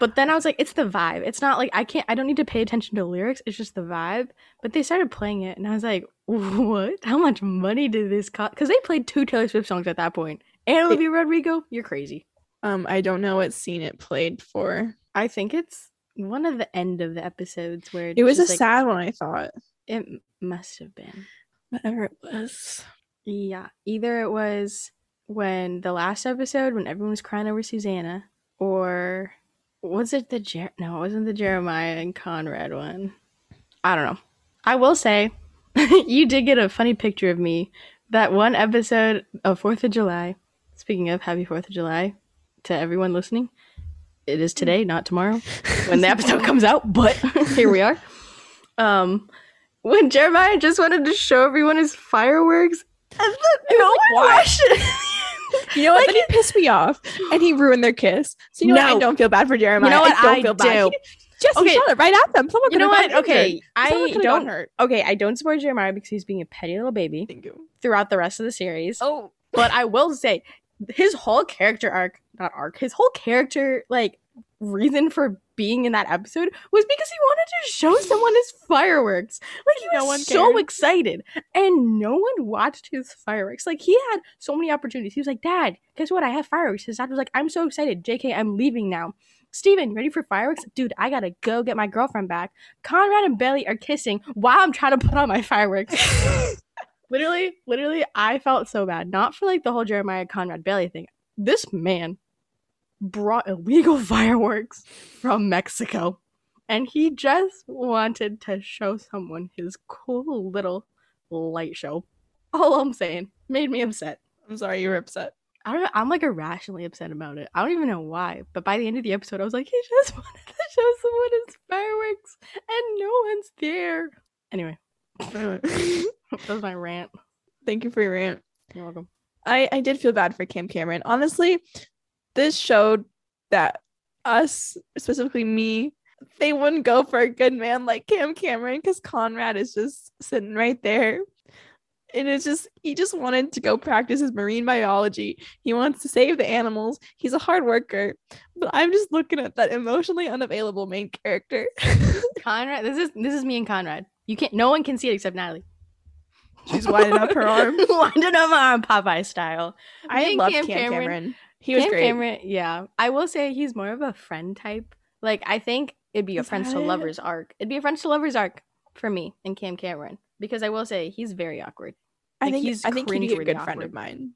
A: But then I was like, it's the vibe. It's not like I can't, I don't need to pay attention to lyrics. It's just the vibe. But they started playing it, and I was like, what? How much money did this cost? Because they played two Taylor Swift songs at that point. And Olivia Rodrigo, you're crazy.
B: um I don't know what scene it played for.
A: I think it's one of the end of the episodes where
B: It was a
A: just, like,
B: sad one, I thought.
A: It must have been.
B: Whatever it was.
A: Yeah. Either it was when the last episode when everyone was crying over Susanna, or was it the Jer- no, it wasn't the Jeremiah and Conrad one. I don't know. I will say you did get a funny picture of me. That one episode of Fourth of July. Speaking of happy Fourth of July to everyone listening. It is today, not tomorrow when the episode comes out, but here we are. Um, when Jeremiah just wanted to show everyone his fireworks, and the, no one
B: why?
A: watched it.
B: You know what?
A: Like,
B: then he pissed me off and he ruined their kiss. So you know what?
A: No.
B: I don't feel bad for Jeremiah.
A: know what?
B: I don't
A: I
B: feel bad.
A: do.
B: He- Jesse
A: Okay.
B: shot it right at them. Someone
A: you know
B: could've
A: what?
B: gotten
A: Okay,
B: injured. Someone
A: I
B: could've gotten
A: don't.
B: hurt.
A: Okay, I don't support Jeremiah because he's being a petty little baby
B: Thank you.
A: throughout the rest of the series.
B: Oh,
A: But I will say, his whole character arc, not arc, his whole character like reason for being in that episode was because he wanted to show someone his fireworks. Like he was
B: No one
A: so
B: cared.
A: excited, and no one watched his fireworks. Like he had so many opportunities. He was like, "Dad, guess what? I have fireworks." His dad was like, "I'm so excited, J.K. I'm leaving now." Steven, you ready for fireworks? Dude, I gotta go get my girlfriend back. Conrad and Bailey are kissing while I'm trying to put on my fireworks. literally, literally, I felt so bad. Not for like the whole Jeremiah Conrad Bailey thing. This man brought illegal fireworks from Mexico. And he just wanted to show someone his cool little light show. All I'm saying made me upset.
B: I'm sorry you were upset.
A: I don't know. I'm like irrationally upset about it. I don't even know why. But by the end of the episode, I was like, he just wanted to show someone his fireworks, and no one's there. Anyway, that was my rant.
B: Thank you for your rant.
A: You're welcome.
B: I, I did feel bad for Cam Cameron. Honestly, this showed that us, specifically me, they wouldn't go for a good man like Cam Cameron because Conrad is just sitting right there. And it's just, he just wanted to go practice his marine biology. He wants to save the animals. He's a hard worker. But I'm just looking at that emotionally unavailable main character.
A: Conrad, this is this is me and Conrad. You can't. No one can see it except Natalie.
B: She's winding up her arm.
A: Winding up my arm, Popeye style. Me
B: I
A: and
B: love
A: Cam
B: Cam,
A: Cameron-
B: Cameron. He was
A: Cam
B: great.
A: Cameron, yeah, I will say he's more of a friend type. Like I think it'd be a
B: Is
A: friends to
B: that it?
A: lovers arc. It'd be a friends to lovers arc for me and Cam Cameron because I will say he's very awkward.
B: I
A: Like,
B: think
A: he's
B: I think he'd be a
A: cringeworthy
B: good friend
A: awkward.
B: of mine.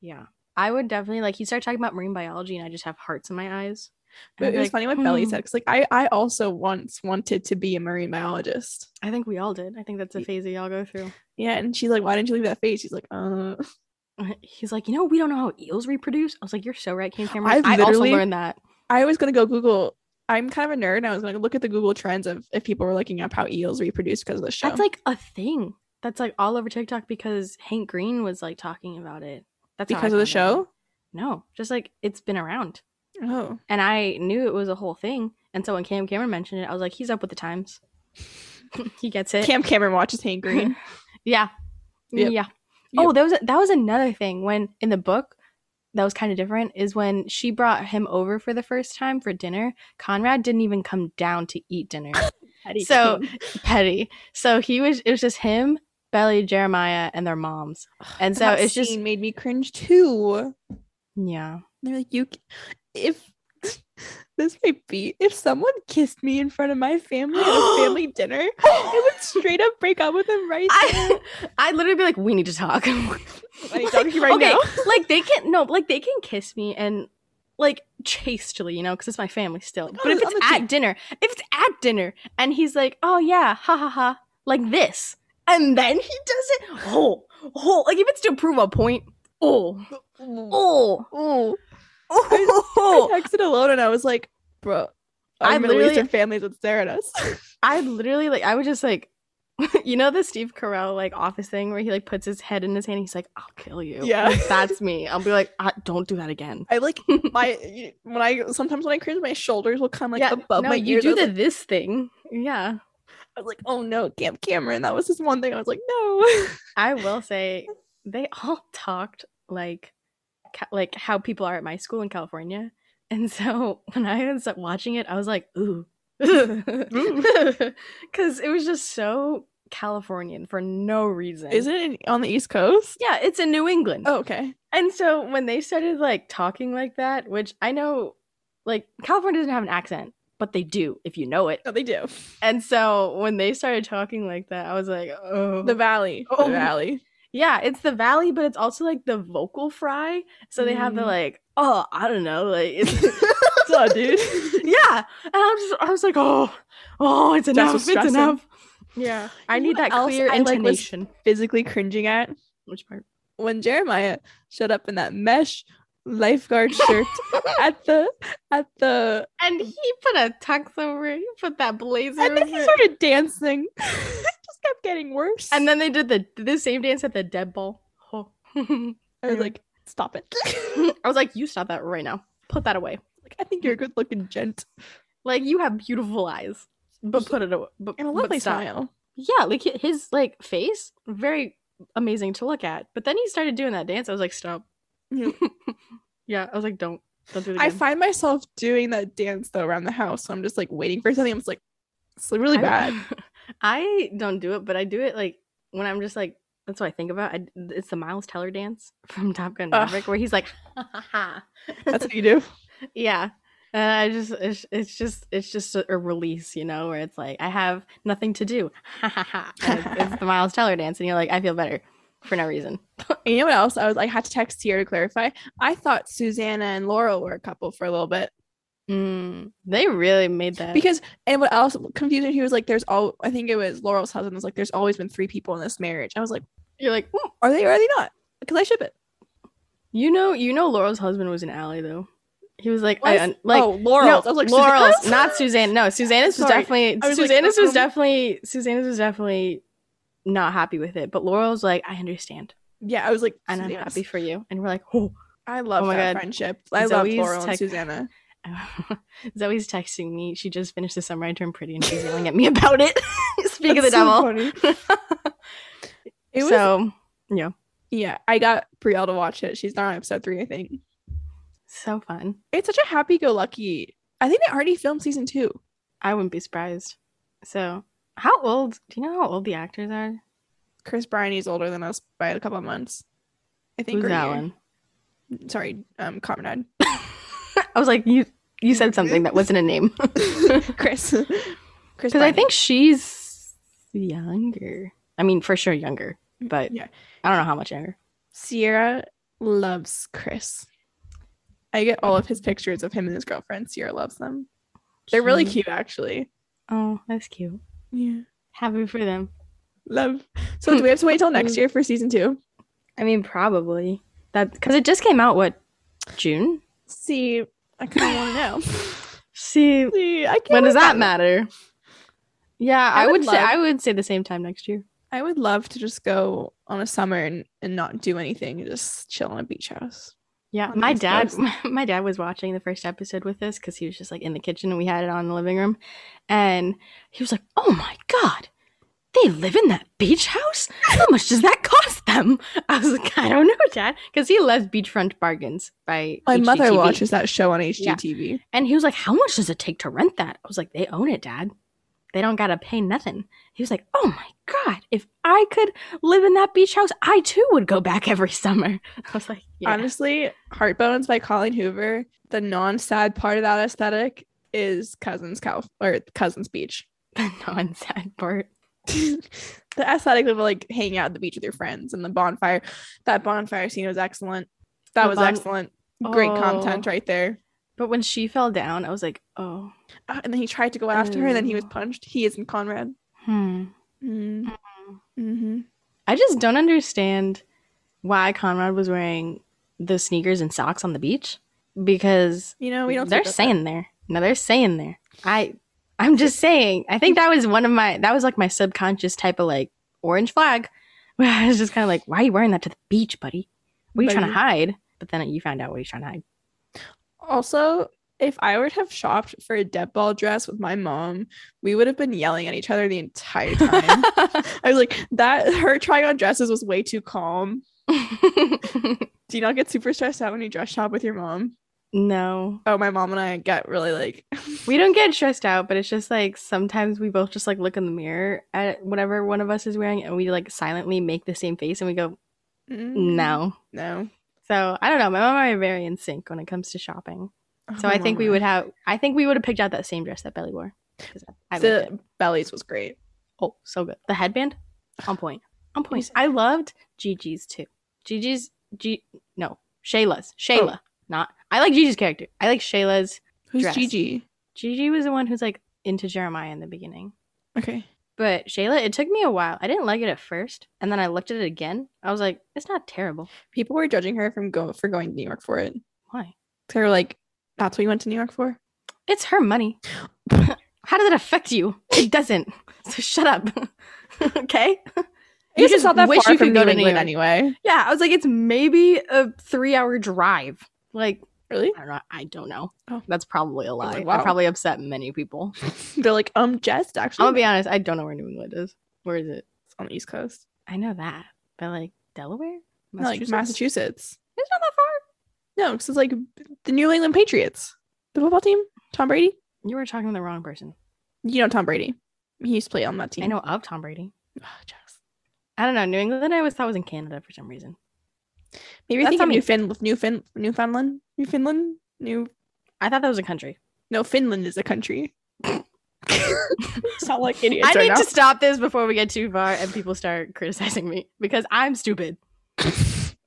A: Yeah, I would definitely like. He started talking about marine biology, and I just have hearts in my eyes. And I'd
B: But
A: be
B: it was
A: like,
B: funny what Belly
A: "Hmm."
B: said because like I I also once wanted to be a marine biologist.
A: I think we all did. I think that's a phase that y'all go through.
B: Yeah, and she's like, why didn't you leave that face? He's like, uh,
A: He's like, you know, we don't know how eels reproduce. I was like, you're so right, Cam Cameron.
B: I've
A: I also
B: literally-
A: learned that.
B: I was gonna go Google. I'm kind of a nerd. And I was gonna look at the Google trends of if people were looking up how eels reproduce because of the show.
A: That's like a thing. That's like all over TikTok because Hank Green was like talking about it. That's how I
B: because of the
A: found out.
B: show.
A: No, just like it's been around,
B: Oh,
A: and I knew it was a whole thing. And so when Cam Cameron mentioned it, I was like, he's up with the times. he gets it.
B: Cam Cameron watches Hank Green.
A: yeah,
B: Yep.
A: yeah.
B: Yep.
A: Oh, there was a, that was another thing when in the book that was kind of different is when she brought him over for the first time for dinner. Conrad didn't even come down to eat dinner. So- petty. So he was it was just him, Belly, Jeremiah, and their moms. And so it's just
B: made me cringe too.
A: yeah.
B: They're like, you, c- if this might be, if someone kissed me in front of my family at a family dinner, I would straight up break up with them right there.
A: I I literally be like, we need to talk.
B: I need to talk to you right
A: okay,
B: now.
A: like they can no, like they can kiss me and like chastely, you know, because it's my family still. But
B: on
A: if
B: the-
A: it's
B: on the
A: at
B: cheek.
A: dinner, if it's at dinner, and he's like, oh yeah, ha ha ha, like this, and then he does it. Oh, oh, like if it's to prove a point. Oh, oh,
B: Oh,
A: oh.
B: I texted alone and I was like, bro,
A: I
B: I literally
A: literally-
B: their families would stare at us.
A: I literally like I would just like you know the Steve Carell like office thing where he like puts his head in his hand and he's like I'll kill you.
B: Yeah.
A: Like, that's me. I'll be like I, don't do that again.
B: I like my when I sometimes when I cringe, my shoulders will come like above
A: no,
B: my
A: you
B: ears.
A: do
B: I was
A: the
B: like-
A: this thing. Yeah.
B: I was like, oh no, Camp Cameron. That was just one thing. I was like, no.
A: I will say they all talked like ca- like how people are at my school in California. And so when I was watching it, I was like, ooh. Cuz it was just so Californian for no reason.
B: Is it in, on the East Coast?
A: Yeah, it's in New England.
B: Oh, okay.
A: And so when they started like talking like that, which I know like California doesn't have an accent, but they do if you know it.
B: Oh, they do.
A: And so when they started talking like that, I was like, "Oh,
B: The Valley.
A: Oh.
B: The Valley.
A: yeah, it's the valley, but it's also like the vocal fry." So they have the
B: Mm.
A: like, "Oh, I don't know." Like it's
B: What's up, dude?
A: yeah. And I was just, I was like, "Oh, oh, it's enough.
B: was
A: It's
B: stressing.
A: enough." Yeah. I
B: You know
A: need
B: what
A: that
B: else
A: clear
B: I, like, was-
A: intonation.
B: Physically cringing at
A: Which part?
B: when Jeremiah showed up in that mesh lifeguard shirt at the at the
A: And he put a tux over. He put that blazer.
B: and then
A: over
B: he
A: it.
B: started dancing. it just kept getting worse.
A: And then they did the did the same dance at the dead ball. Oh. I
B: I was like, stop it.
A: was like, you stop that right now. Put that away.
B: like, I think you're a good looking gent.
A: Like you have beautiful eyes, but put it away. But,
B: And a
A: but
B: lovely
A: stop.
B: smile.
A: Yeah, like hi- his like face, very amazing to look at. But then he started doing that dance. I was like, stop.
B: Yeah.
A: yeah, I was like, don't, don't do it again.
B: I find myself doing that dance though around the house. So I'm just like waiting for something. I'm just like, it's really bad.
A: I don't do it, but I do it like when I'm just like that's what I think about. I, it's the Miles Teller dance from Top Gun
B: Ugh.
A: Maverick, where he's like, ha ha ha.
B: That's what you do.
A: Yeah. And I just it's, it's just it's just a, a release, you know, where it's like I have nothing to do. Ha ha ha. And It's it's the Miles Teller dance and you're like I feel better for no reason.
B: And you know what else? I was I had to text Sierra to clarify. I thought Susanna and Laurel were a couple for a little bit
A: Mm, they really made that.
B: because and what else confusing? He was like, "There's all." I think it was Laurel's husband was like, "There's always been three people in this marriage." I was like,
A: you're like, "Ooh."
B: "Are they or are they not?" Because I ship it.
A: you know, you know Laurel's husband was an ally though. He was like I
B: Was?
A: un- like
B: oh, Laurel's. I was like,
A: Laurel's,
B: "Susanna's?"
A: not Suzanne. No, Susanna's was
B: Sorry.
A: definitely
B: I was like,
A: Susanna's was
B: um,
A: definitely Susanna's was definitely not happy with it. But Laurel's like, I understand.
B: Yeah, I was like,
A: And I'm
B: "Susanna's."
A: happy for you. And we're like, oh,
B: I love
A: Oh my
B: that
A: God.
B: friendship. I love
A: Zoe's
B: Laurel and
A: text-
B: Susanna.
A: Zoe's texting me. She just finished the summer I turned pretty and she's yelling at me about it. Speak of the
B: That's so
A: devil.
B: funny. It was
A: so yeah.
B: yeah. I got Brielle to watch it. She's not on episode three, I think.
A: So fun.
B: It's such a happy-go-lucky. I think they already filmed season two.
A: I wouldn't be surprised. So how old do you know how old the actors are?
B: Chris Briney's older than us by a couple of months. I think.
A: Who's
B: or a
A: that
B: year.
A: one?
B: Sorry, um, Comrade.
A: I was like, you you said something that wasn't a name.
B: Chris. Chris.
A: Because I
B: Briney.
A: think she's younger. I mean, for sure younger, but
B: Yeah.
A: I don't know how much younger.
B: Sierra loves Chris. I get all of his pictures of him and his girlfriend. Sierra loves them. They're really cute, actually.
A: Oh, that's cute.
B: Yeah.
A: Happy for them.
B: Love. So do we have to wait till next year for season two?
A: I mean, probably that because it just came out what June.
B: See, I kind of want to know.
A: See,
B: See, I can't
A: when does
B: wait
A: that
B: for-
A: matter? Yeah,
B: I
A: I,
B: would
A: would, say
B: love-
A: I would say the same time next year.
B: I would love to just go on a summer and, and not do anything, and just chill in a beach house.
A: Yeah,
B: On
A: my
B: these
A: dad,
B: days.
A: my dad was watching the first episode with us because he was just like in the kitchen and we had it on in the living room, and he was like, "Oh my god, they live in that beach house. How much does that cost them?" I was like, "I don't know, Dad," because he loves Beachfront Bargains by
B: My mother
A: HGTV.
B: watches that show on HGTV.
A: and he was like, "How much does it take to rent that?" I was like, "They own it, Dad. They don't gotta pay nothing." He was like, "Oh my god, if I could live in that beach house, I too would go back every summer." I was like, "Yeah."
B: Honestly, Heartbones by Colleen Hoover, the non-sad part of that aesthetic is Cousins Cal or Cousins Beach.
A: the non-sad part.
B: the aesthetic of like hanging out at the beach with your friends and the bonfire. That bonfire scene was excellent. That
A: The
B: was
A: bon-
B: excellent. Great
A: Oh.
B: content right there.
A: But when she fell down, I was like, oh,
B: Ah, And then he tried to go after her, and then he was
A: Ooh.
B: punched. He isn't Conrad.
A: hmm.
B: Mm.
A: Mm-hmm.
B: hmm
A: I just don't understand why Conrad was wearing those sneakers and socks on the beach because
B: You know we don't.
A: they're
B: talk about
A: saying there. No, they're saying there. I, I'm just saying. I think that was one of my. That was like my subconscious type of like orange flag. Where I was just kind of like, why are you wearing that to the beach, buddy? What are you trying to
B: Buddy.
A: hide? But then you found out what he's trying to hide.
B: that. Also, if I would have shopped for a Deadball dress with my mom, we would have been yelling at each other the entire time. I was like, that her trying on dresses was way too calm. Do you not get super stressed out when you dress shop with your mom?
A: no,
B: Oh, my mom and I get really like
A: we don't get stressed out, but it's just like sometimes we both just like look in the mirror at whatever one of us is wearing, and we like silently make the same face, and we go
B: mm,
A: no.
B: no.
A: So I don't know. My mom and I are very in sync when it comes to shopping. So
B: Oh,
A: I think we
B: mama.
A: would have. I think we would have picked out that same dress that Belly wore. 'Cause I loved it.
B: the bellies was great.
A: Oh, so good. The headband, on point. On point. I loved Gigi's too. Gigi's G. No, Shayla's. Shayla, not. I like Gigi's character. I like Shayla's.
B: Who's
A: Dress.
B: Gigi?
A: Gigi was the one who's like into Jeremiah in the beginning.
B: Okay.
A: But Shayla, it took me a while. I didn't like it at first, and then I looked at it again. I was like, it's not terrible.
B: People were judging her from go for going to New York for it.
A: Why?
B: They were like, that's what you went to New York for?
A: It's her money. How does it affect you? It doesn't. So shut up. okay.
B: I guess
A: You
B: it's
A: just
B: not that
A: wish
B: far
A: you could
B: from
A: go
B: New
A: to New
B: England
A: York.
B: anyway.
A: Yeah, I was like, it's maybe a three-hour drive. Like,
B: Really?
A: I don't know. I don't know.
B: Oh.
A: That's probably a lie.
B: like,
A: I
B: wow.
A: probably upset many people.
B: They're like, um, Jess
A: I'm
B: actually
A: gonna be honest. I don't know where New England is. Where is it?
B: it's on the East Coast.
A: I know that, but like Delaware,
B: No, like Massachusetts.
A: It's not that far.
B: No, because it's like the New England Patriots, the football team. Tom Brady.
A: You were talking to the wrong person.
B: You know Tom Brady. He used to play on that team.
A: I know of Tom Brady.
B: Ah, Jess.
A: I don't know. New England, I always thought was in Canada for some reason.
B: Maybe
A: That's
B: I think
A: on
B: of
A: me.
B: New Fin, New Fin, Newfoundland, New Finland, New.
A: I thought that was a country.
B: No, Finland is a country. Sound like idiots
A: I
B: right
A: need
B: now.
A: to stop this before we get too far and people start criticizing me because I'm stupid.
B: I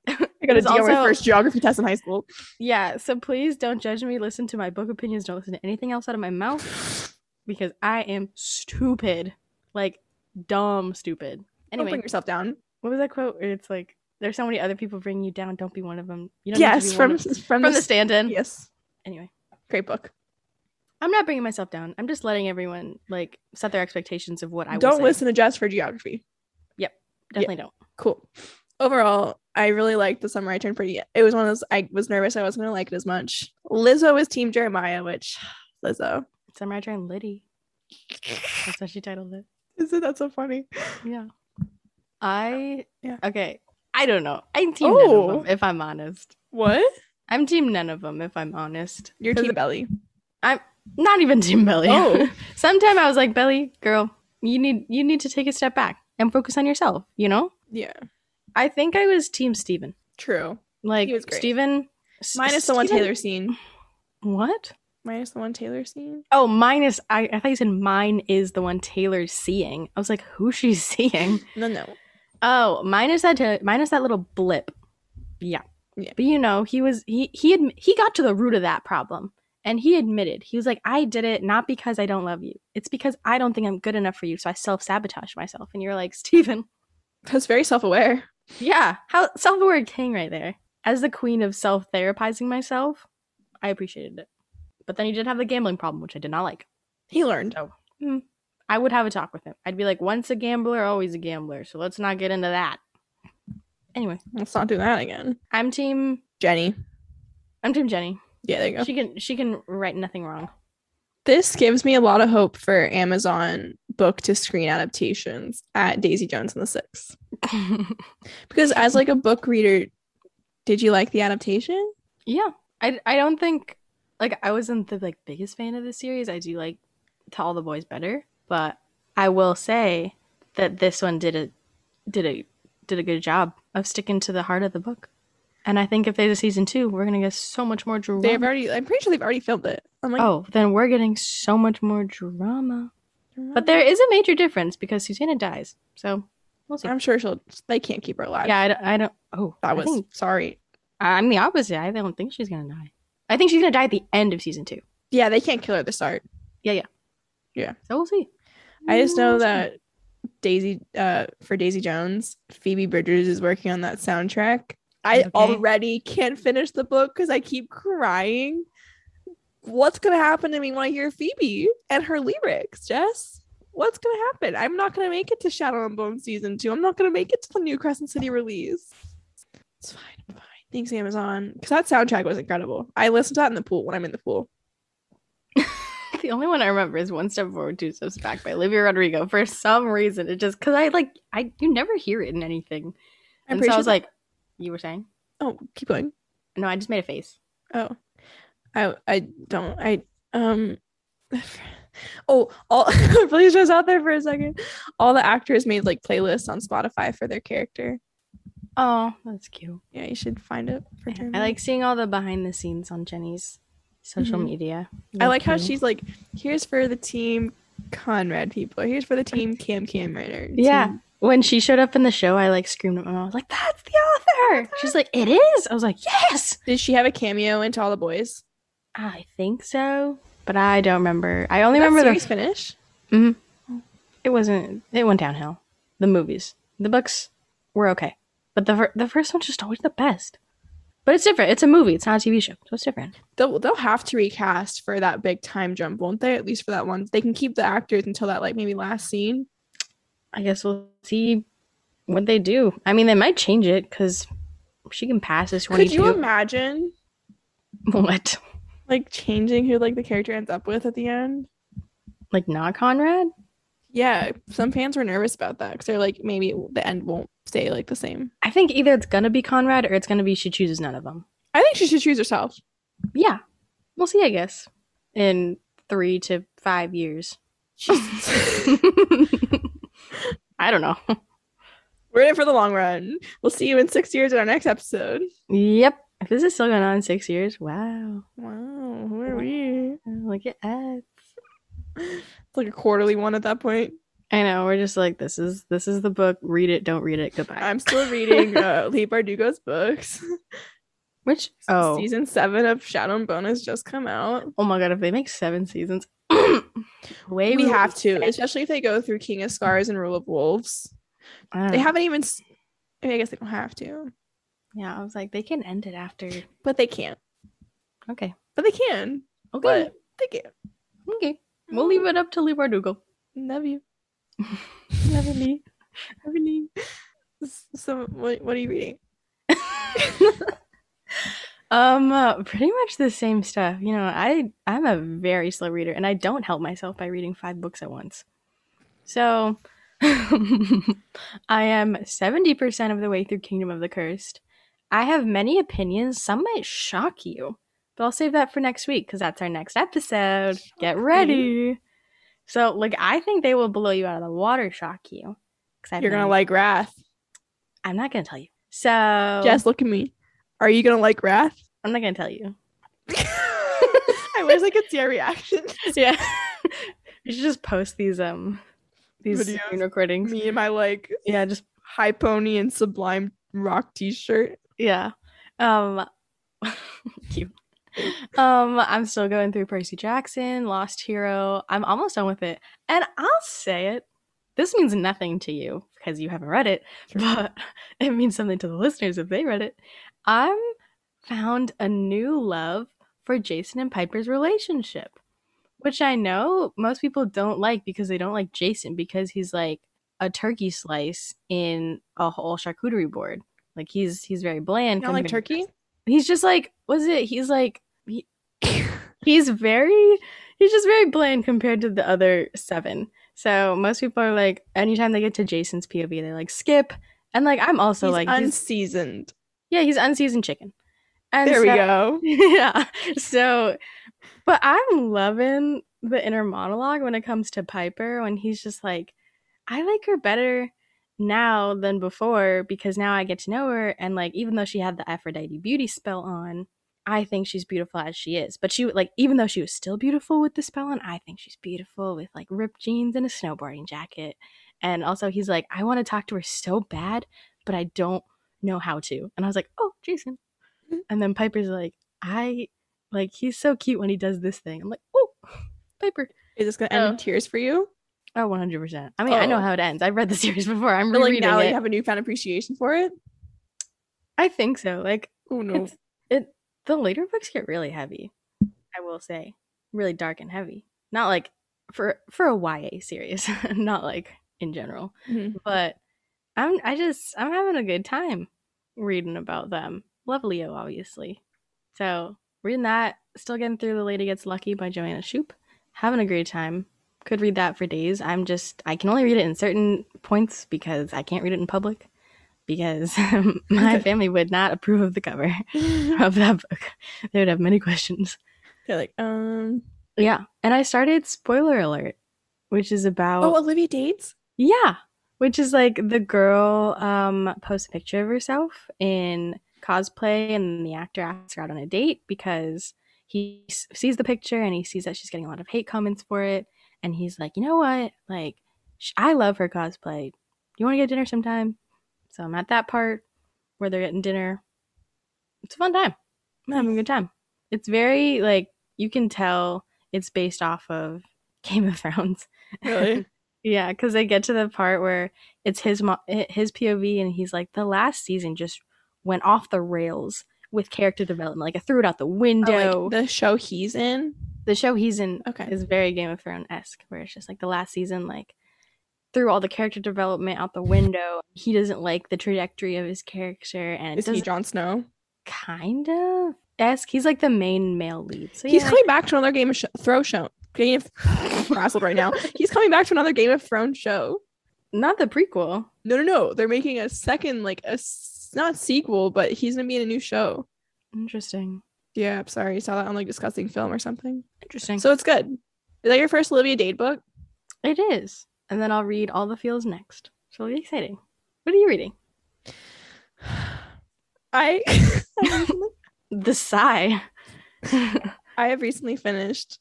B: got to
A: There's
B: do my
A: also-
B: first geography test in high school.
A: Yeah, so please don't judge me. Listen to my book opinions. Don't listen to anything else out of my mouth because I am stupid. Like, dumb stupid.
B: Don't
A: Anyway,
B: bring yourself down.
A: what was that quote? where It's like, there's so many other people bringing you down. Don't be one of them. You don't need to
B: Yes,
A: be
B: from
A: one of-
B: from,
A: from
B: the,
A: the stand in.
B: yes,
A: Anyway,
B: great book.
A: I'm not bringing myself down. I'm just letting everyone, like, set their expectations of what I will
B: Don't
A: say.
B: listen to Jess for geography.
A: Definitely don't.
B: Cool. Overall, I really liked the summer. I turned pretty. It was one of those. I was nervous. I wasn't gonna like it as much. Lizzo is Team Jeremiah, which Lizzo.
A: Samurai Drain Liddy. That's what she titled it.
B: Isn't that so funny?
A: Yeah. I
B: Yeah.
A: okay. I don't know. I'm team none
B: Oh.
A: of them if I'm honest.
B: What?
A: I'm team none of them if I'm honest.
B: Your
A: 'Cause
B: team belly.
A: Not even team Belly.
B: Oh.
A: Sometime I was like, Belly, girl, you need you need to take a step back and focus on yourself, you know?
B: Yeah.
A: I think I was team Steven.
B: True.
A: Like
B: was great.
A: Steven S-
B: Minus the one
A: Steven-
B: Taylor scene.
A: What?
B: Minus the one Taylor scene.
A: Oh, minus I, I thought you said mine is the one Taylor's seeing. I was like, who she's seeing?
B: No, no.
A: Oh, minus that, ta- minus that little blip. Yeah.
B: Yeah.
A: But you know, he was he he adm- he got to the root of that problem, and he admitted he was like, I did it not because I don't love you. It's because I don't think I'm good enough for you, so I self sabotage myself. And you're like, Steven,
B: That's very self-aware.
A: yeah, how self aware king right there. As the queen of self therapizing myself, I appreciated it. But then he did have the gambling problem, which I did not like.
B: He learned.
A: I would have a talk with him. I'd be like, once a gambler, always a gambler. So let's not get into that. Anyway,
B: Let's not do that again.
A: I'm team
B: Jenny.
A: I'm Team Jenny.
B: Yeah, there you go.
A: She can she can write nothing wrong.
B: this gives me a lot of hope for Amazon book to screen adaptations at Daisy Jones and the Six. Because as like a book reader, did you like the adaptation?
A: yeah, I I don't think like I wasn't the like biggest fan of the series. I do like to all the boys better, but I will say that this one did a did a did a good job of sticking to the heart of the book. And I think if there's a season two, we're gonna get so much more drama.
B: They've already. I'm pretty sure they've already filmed it. I'm like,
A: oh, then we're getting so much more drama. But
B: they're.
A: there is a major difference because Susanna dies, so we'll see.
B: I'm sure she'll. They can't keep her alive.
A: yeah, I don't. I don't oh, I
B: Oh that was
A: think-
B: sorry.
A: I'm the opposite. I don't think she's gonna die. I think she's gonna die at the end of season two.
B: Yeah, they can't kill her at the start.
A: So we'll see.
B: I just know
A: We'll see.
B: that Daisy, uh, for Daisy Jones, Phoebe Bridgers is working on that soundtrack. I
A: Okay.
B: already can't finish the book because I keep crying. What's gonna happen to me when I hear Phoebe and her lyrics, Jess? What's gonna happen? I'm not gonna make it to Shadow and Bone season two. I'm not gonna make it to the new Crescent City release. It's fine. I'm fine. Thanks, Amazon. Because that soundtrack was incredible. I listened to that in the pool when I'm in the pool.
A: the only one I remember is One Step Forward, Two Steps Back by Olivia Rodrigo. For some reason, it just because I like I you never hear it in anything,
B: I'm
A: and
B: pretty
A: so I
B: sure
A: was like, you were saying?
B: Oh, keep going.
A: No, I just made a face.
B: Oh, I I don't I um. Oh, all please just out there for a second. All the actors made like playlists on Spotify for their character.
A: Oh, that's cute.
B: Yeah, you should find it for
A: Yeah,
B: Jeremy.
A: I like seeing all the behind the scenes on Jenny's social
B: Mhm.
A: media.
B: I like how
A: Okay.
B: she's like, here's for the team Conrad people. Here's for the team Cam Cam writer.
A: Yeah.
B: team-"
A: when she showed up in the show, I like screamed at my mom. I was like, "That's the author!" She's like, "It is." I was like, "Yes."
B: Did she have a cameo into all the boys?
A: I think so, but I don't remember. I only
B: Did that
A: remember the
B: series finish.
A: it wasn't it went downhill the movies the books were okay but the, fir- the first one's just always the best but it's different it's a movie it's not a tv show so it's different
B: They'll they'll have to recast for that big time jump, won't they? At least for that one, they can keep the actors until that like maybe last scene.
A: i guess we'll see what they do i mean they might change it because she can pass as 22
B: Could you imagine
A: what
B: like changing who like the character ends up with at the end?
A: like not conrad
B: Yeah, some fans were nervous about that because they're like, maybe the end won't stay like the same.
A: i think either it's gonna be conrad or it's gonna be she chooses none of them
B: I think she should choose herself.
A: yeah we'll see i guess in three to five years i don't know
B: We're in it for the long run. We'll see you in six years in our next episode.
A: yep if this is still going on in six years wow
B: Wow, who are we?
A: Like at ads.
B: It's like a quarterly one at that point.
A: I know we're just like this is this is the book. Read it, don't read it. Goodbye.
B: I'm still reading uh, Lee Bardugo's books.
A: Which oh
B: Season seven of Shadow and Bone has just come out.
A: oh my god, if they make seven seasons, way
B: we have to,
A: okay.
B: especially if they go through King of Scars and Rule of Wolves. They
A: They have
B: haven't even. s- I, mean, I guess they don't have to,
A: yeah. I was like they can end it after.
B: but they can't.
A: Okay.
B: But they can.
A: Okay.
B: But they can. Mm,
A: Okay. We'll leave it up to Lee Bardugo.
B: Love you.
A: Never Lee. Never Lee.
B: S- So, what, what are you reading?
A: Um, uh, pretty much the same stuff. You know, I I'm a very slow reader, and I don't help myself by reading five books at once. So, I am seventy percent of the way through Kingdom of the Cursed. I have many opinions. Some might shock you, but I'll save that for next week because that's our next episode. Get ready. So, like, I think they will blow you out of the water, shock you. 'cause I've
B: You're gonna
A: known-
B: like Wrath.
A: I'm not gonna tell you. So,
B: Jess, look at me. Are you gonna like Wrath?
A: I'm not gonna tell you.
B: I wish I could see our reaction.
A: yeah. we should just post these um these
B: Videos.
A: screen recordings.
B: Me and my like
A: Yeah, just
B: high pony and sublime rock t-shirt.
A: yeah. Um cute. Um I'm still going through Percy Jackson, Lost Hero. I'm almost done with it. And I'll say it. This means nothing to you because you haven't read it, but it means something to the listeners if they read it. I'm found a new love for Jason and Piper's relationship. which I know most people don't like because they don't like Jason because he's like a turkey slice in a whole charcuterie board. Like he's he's very bland.
B: Not like
A: compared-
B: turkey.
A: He's just like was it? He's like he, he's very he's just very bland compared to the other seven. So most people are like anytime they get to Jason's POV, they like skip. And like I'm also
B: he's
A: like he's,
B: unseasoned.
A: yeah, he's unseasoned chicken. And
B: There we
A: so-
B: go.
A: yeah. So, but I'm loving the inner monologue when it comes to Piper when he's just like, I like her better now than before because now I get to know her. And like, even though she had the Aphrodite beauty spell on, I think she's beautiful as she is. But she, like, even though she was still beautiful with the spell on, I think she's beautiful with like ripped jeans and a snowboarding jacket. And also, he's like, I want to talk to her so bad, but I don't know how to. And I was like, oh, Jason. And then Piper's like, I like he's so cute when he does this thing. I'm like, oh, Piper.
B: Is this gonna end in
A: Oh.
B: tears for you?
A: Oh, 100%. I mean, I know
B: Oh.
A: how it ends. I've read the series before. I'm
B: Or like
A: rereading
B: now that
A: it.
B: you have a newfound appreciation for it?
A: I think so. Like
B: Oh no.
A: It's- it the later books get really heavy. I will say, really dark and heavy. Not like for for a YA series, not like in general.
B: Mhm.
A: But I'm I just I'm having a good time reading about them. Love Leo, obviously. So reading that, still getting through The Lady Gets Lucky by Joanna Shoup. having a great time. Could read that for days. I'm just I can only read it in certain points because I can't read it in public because my family would not approve of the cover of that book. They would have many questions.
B: They're like, um,
A: Yeah. And I started spoiler alert, which is about
B: oh, Olivia Dates.
A: Yeah. Which is like the girl um posts a picture of herself in cosplay and the actor asks her out on a date because he s- sees the picture and he sees that she's getting a lot of hate comments for it and he's like, "You know what? Like sh- I love her cosplay. You want to get dinner sometime?" So I'm at that part where they're getting dinner. It's a fun time. I'm having a good time. It's very like you can tell it's based off of Game of Thrones.
B: Really?
A: Yeah, because they get to the part where it's his mo- his POV, and he's like, the last season just went off the rails with character development. Like I threw it out the window.
B: Oh, like the show he's in.
A: the show he's in
B: Okay.
A: is very Game of Thrones esque, where it's just like the last season, like threw all the character development out the window. He doesn't like the trajectory of his character, and it
B: Is he
A: doesn't
B: Jon Snow?
A: kind of esque. He's like the main male lead, so
B: He's
A: yeah,
B: coming back to another Game of sh- Throw show. Game of frazzled right now. He's coming back to another Game of Thrones show.
A: not the prequel.
B: No, no, no. They're making a second, like a s- not sequel, but he's gonna be in a new show.
A: Interesting.
B: Yeah, I'm sorry. Saw that on like disgusting film or something.
A: Interesting.
B: So it's good. Is that your first Olivia Dade book?
A: It is. And then I'll read all the feels next. So it'll be exciting. What are you reading?
B: I
A: The sigh. How
B: I have recently finished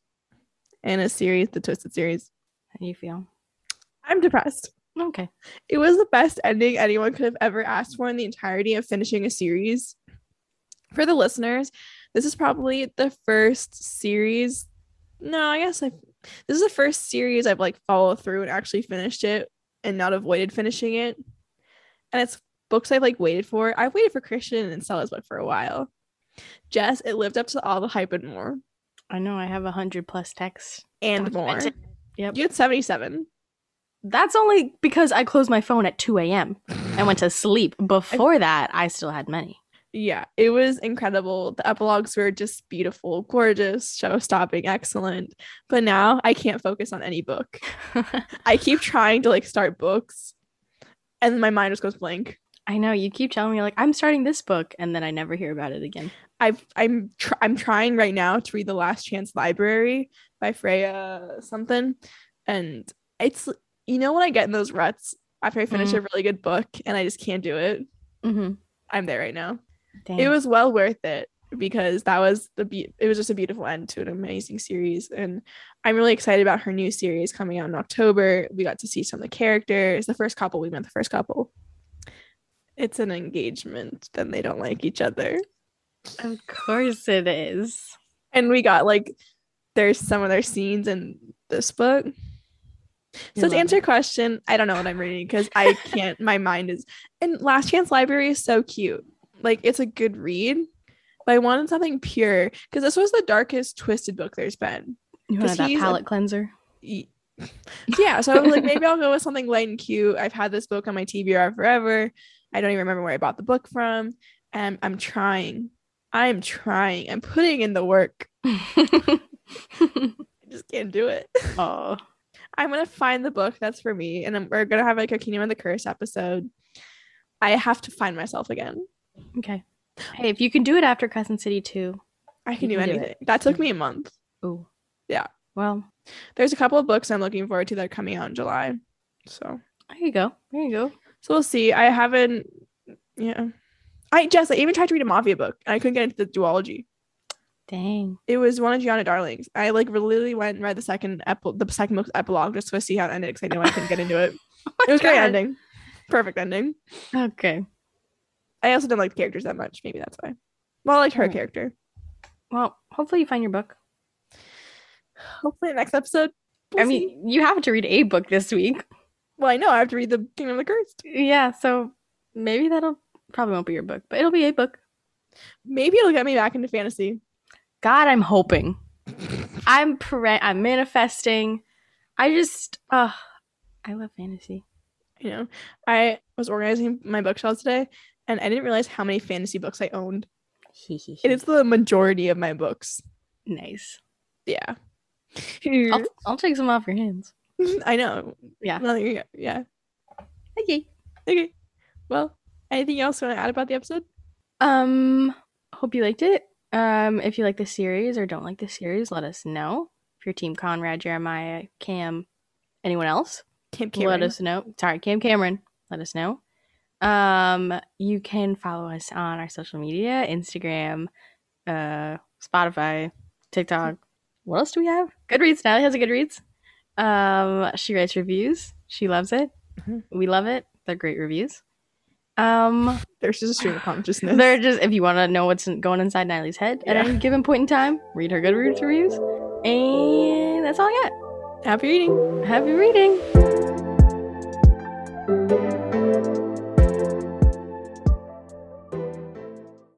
B: in a series, the Twisted series.
A: do you feel?
B: I'm depressed.
A: Okay.
B: It was the best ending anyone could have ever asked for in the entirety of finishing a series. For the listeners, this is probably the first series. No, I guess I this is the first series I've like followed through and actually finished it and not avoided finishing it. And it's books I've like waited for. I've waited for Christian and Stella's book for a while. Jess, it lived up to all the hype and more.
A: I know I have a hundred plus texts.
B: and more.
A: Documented. Yep.
B: You had 77.
A: That's only because I closed my phone at 2 a.m. and went to sleep. Before that, I still had many.
B: Yeah, it was incredible. The epilogues were just beautiful, gorgeous, show stopping, excellent. But now I can't focus on any book. I keep trying to like start books and my mind just goes blank.
A: I know you keep telling me like I'm starting this book and then I never hear about it again.
B: I've, I'm tr- I'm trying right now to read The Last Chance Library by Freya something, and it's you know when I get in those ruts after I finish
A: Mhm.
B: a really good book and I just can't do it.
A: Mm-hmm.
B: I'm there right now.
A: Damn.
B: it was well worth it because that was the be- it was just a beautiful end to an amazing series and i'm really excited about her new series coming out in october we got to see some of the characters the first couple we met the first couple it's an engagement then they don't like each other
A: of course it is.
B: and we got like there's some of their scenes in this book so to answer your question i don't know what i'm reading because i can't my mind is and last chance library is so cute like it's a good read but i wanted something pure because this was the darkest twisted book there's been
A: you wanted
B: 'cause
A: that
B: he's a-
A: palette cleanser.
B: Y- yeah so i was like maybe i'll go with something light and cute i've had this book on my tbr forever i don't even remember where i bought the book from and i'm trying i'm trying i'm putting in the work i just can't do it
A: oh.
B: I'm gonna find the book that's for me, and then we're gonna have like a Kingdom of the Curse episode. I have to find myself again.
A: Okay. Hey, if you can do it after Crescent City 2.
B: I can
A: You
B: do
A: can do
B: anything. that took me a month.
A: Ooh.
B: Yeah.
A: Well,
B: There's a couple of books I'm looking forward to that are coming out in July, so
A: there you go. There you go.
B: so we'll see. I haven't. Yeah, I Jess, I even tried to read a mafia book. and I couldn't get into the duology.
A: Dang.
B: It was one of Gianna Darling's. I like really went and read the second epi- the second book's epilogue just to see how it ended because I knew I couldn't get into it. it was a great
A: Oh God.
B: ending, perfect ending.
A: Okay.
B: I also didn't like the characters that much. Maybe that's why. Well, I liked her
A: Hmm.
B: character.
A: Well, hopefully you find your book.
B: Hopefully, next episode.
A: I
B: we'll
A: mean,
B: see.
A: you have to read a book this week.
B: well, I know I have to read the Kingdom of the Cursed.
A: Yeah, so maybe that'll probably won't be your book, but it'll be a book.
B: Maybe it'll get me back into fantasy.
A: God, I'm hoping. I'm pre- I'm manifesting. I just uh I love fantasy.
B: You know, I was organizing my bookshelves today, and I didn't realize how many fantasy books I owned. It is the majority of my books.
A: nice.
B: Yeah,
A: I'll, I'll take some off your hands.
B: I know.
A: Yeah.
B: Now that you're- yeah.
A: Okay.
B: Okay. Well, anything else you want to add about the episode?
A: Um, hope you liked it. Um, if you like the series or don't like the series, let us know. If you're Team Conrad, Jeremiah, Cam, anyone else,
B: Camp Cameron.
A: let us know. Sorry, Cam Cameron, let us know. Um, you can follow us on our social media: Instagram, uh, Spotify, TikTok. What else do we have? Goodreads. Natalie has a Goodreads. Um, she writes reviews. She loves it.
B: Mhm.
A: We love it. They're great reviews. Um.
B: There's just a stream of consciousness.
A: They're just if you want to know what's in- going inside Natalie's head at
B: Yeah.
A: any given point in time, read her Goodreads reviews, and that's all I
B: Happy reading.
A: got. Happy reading.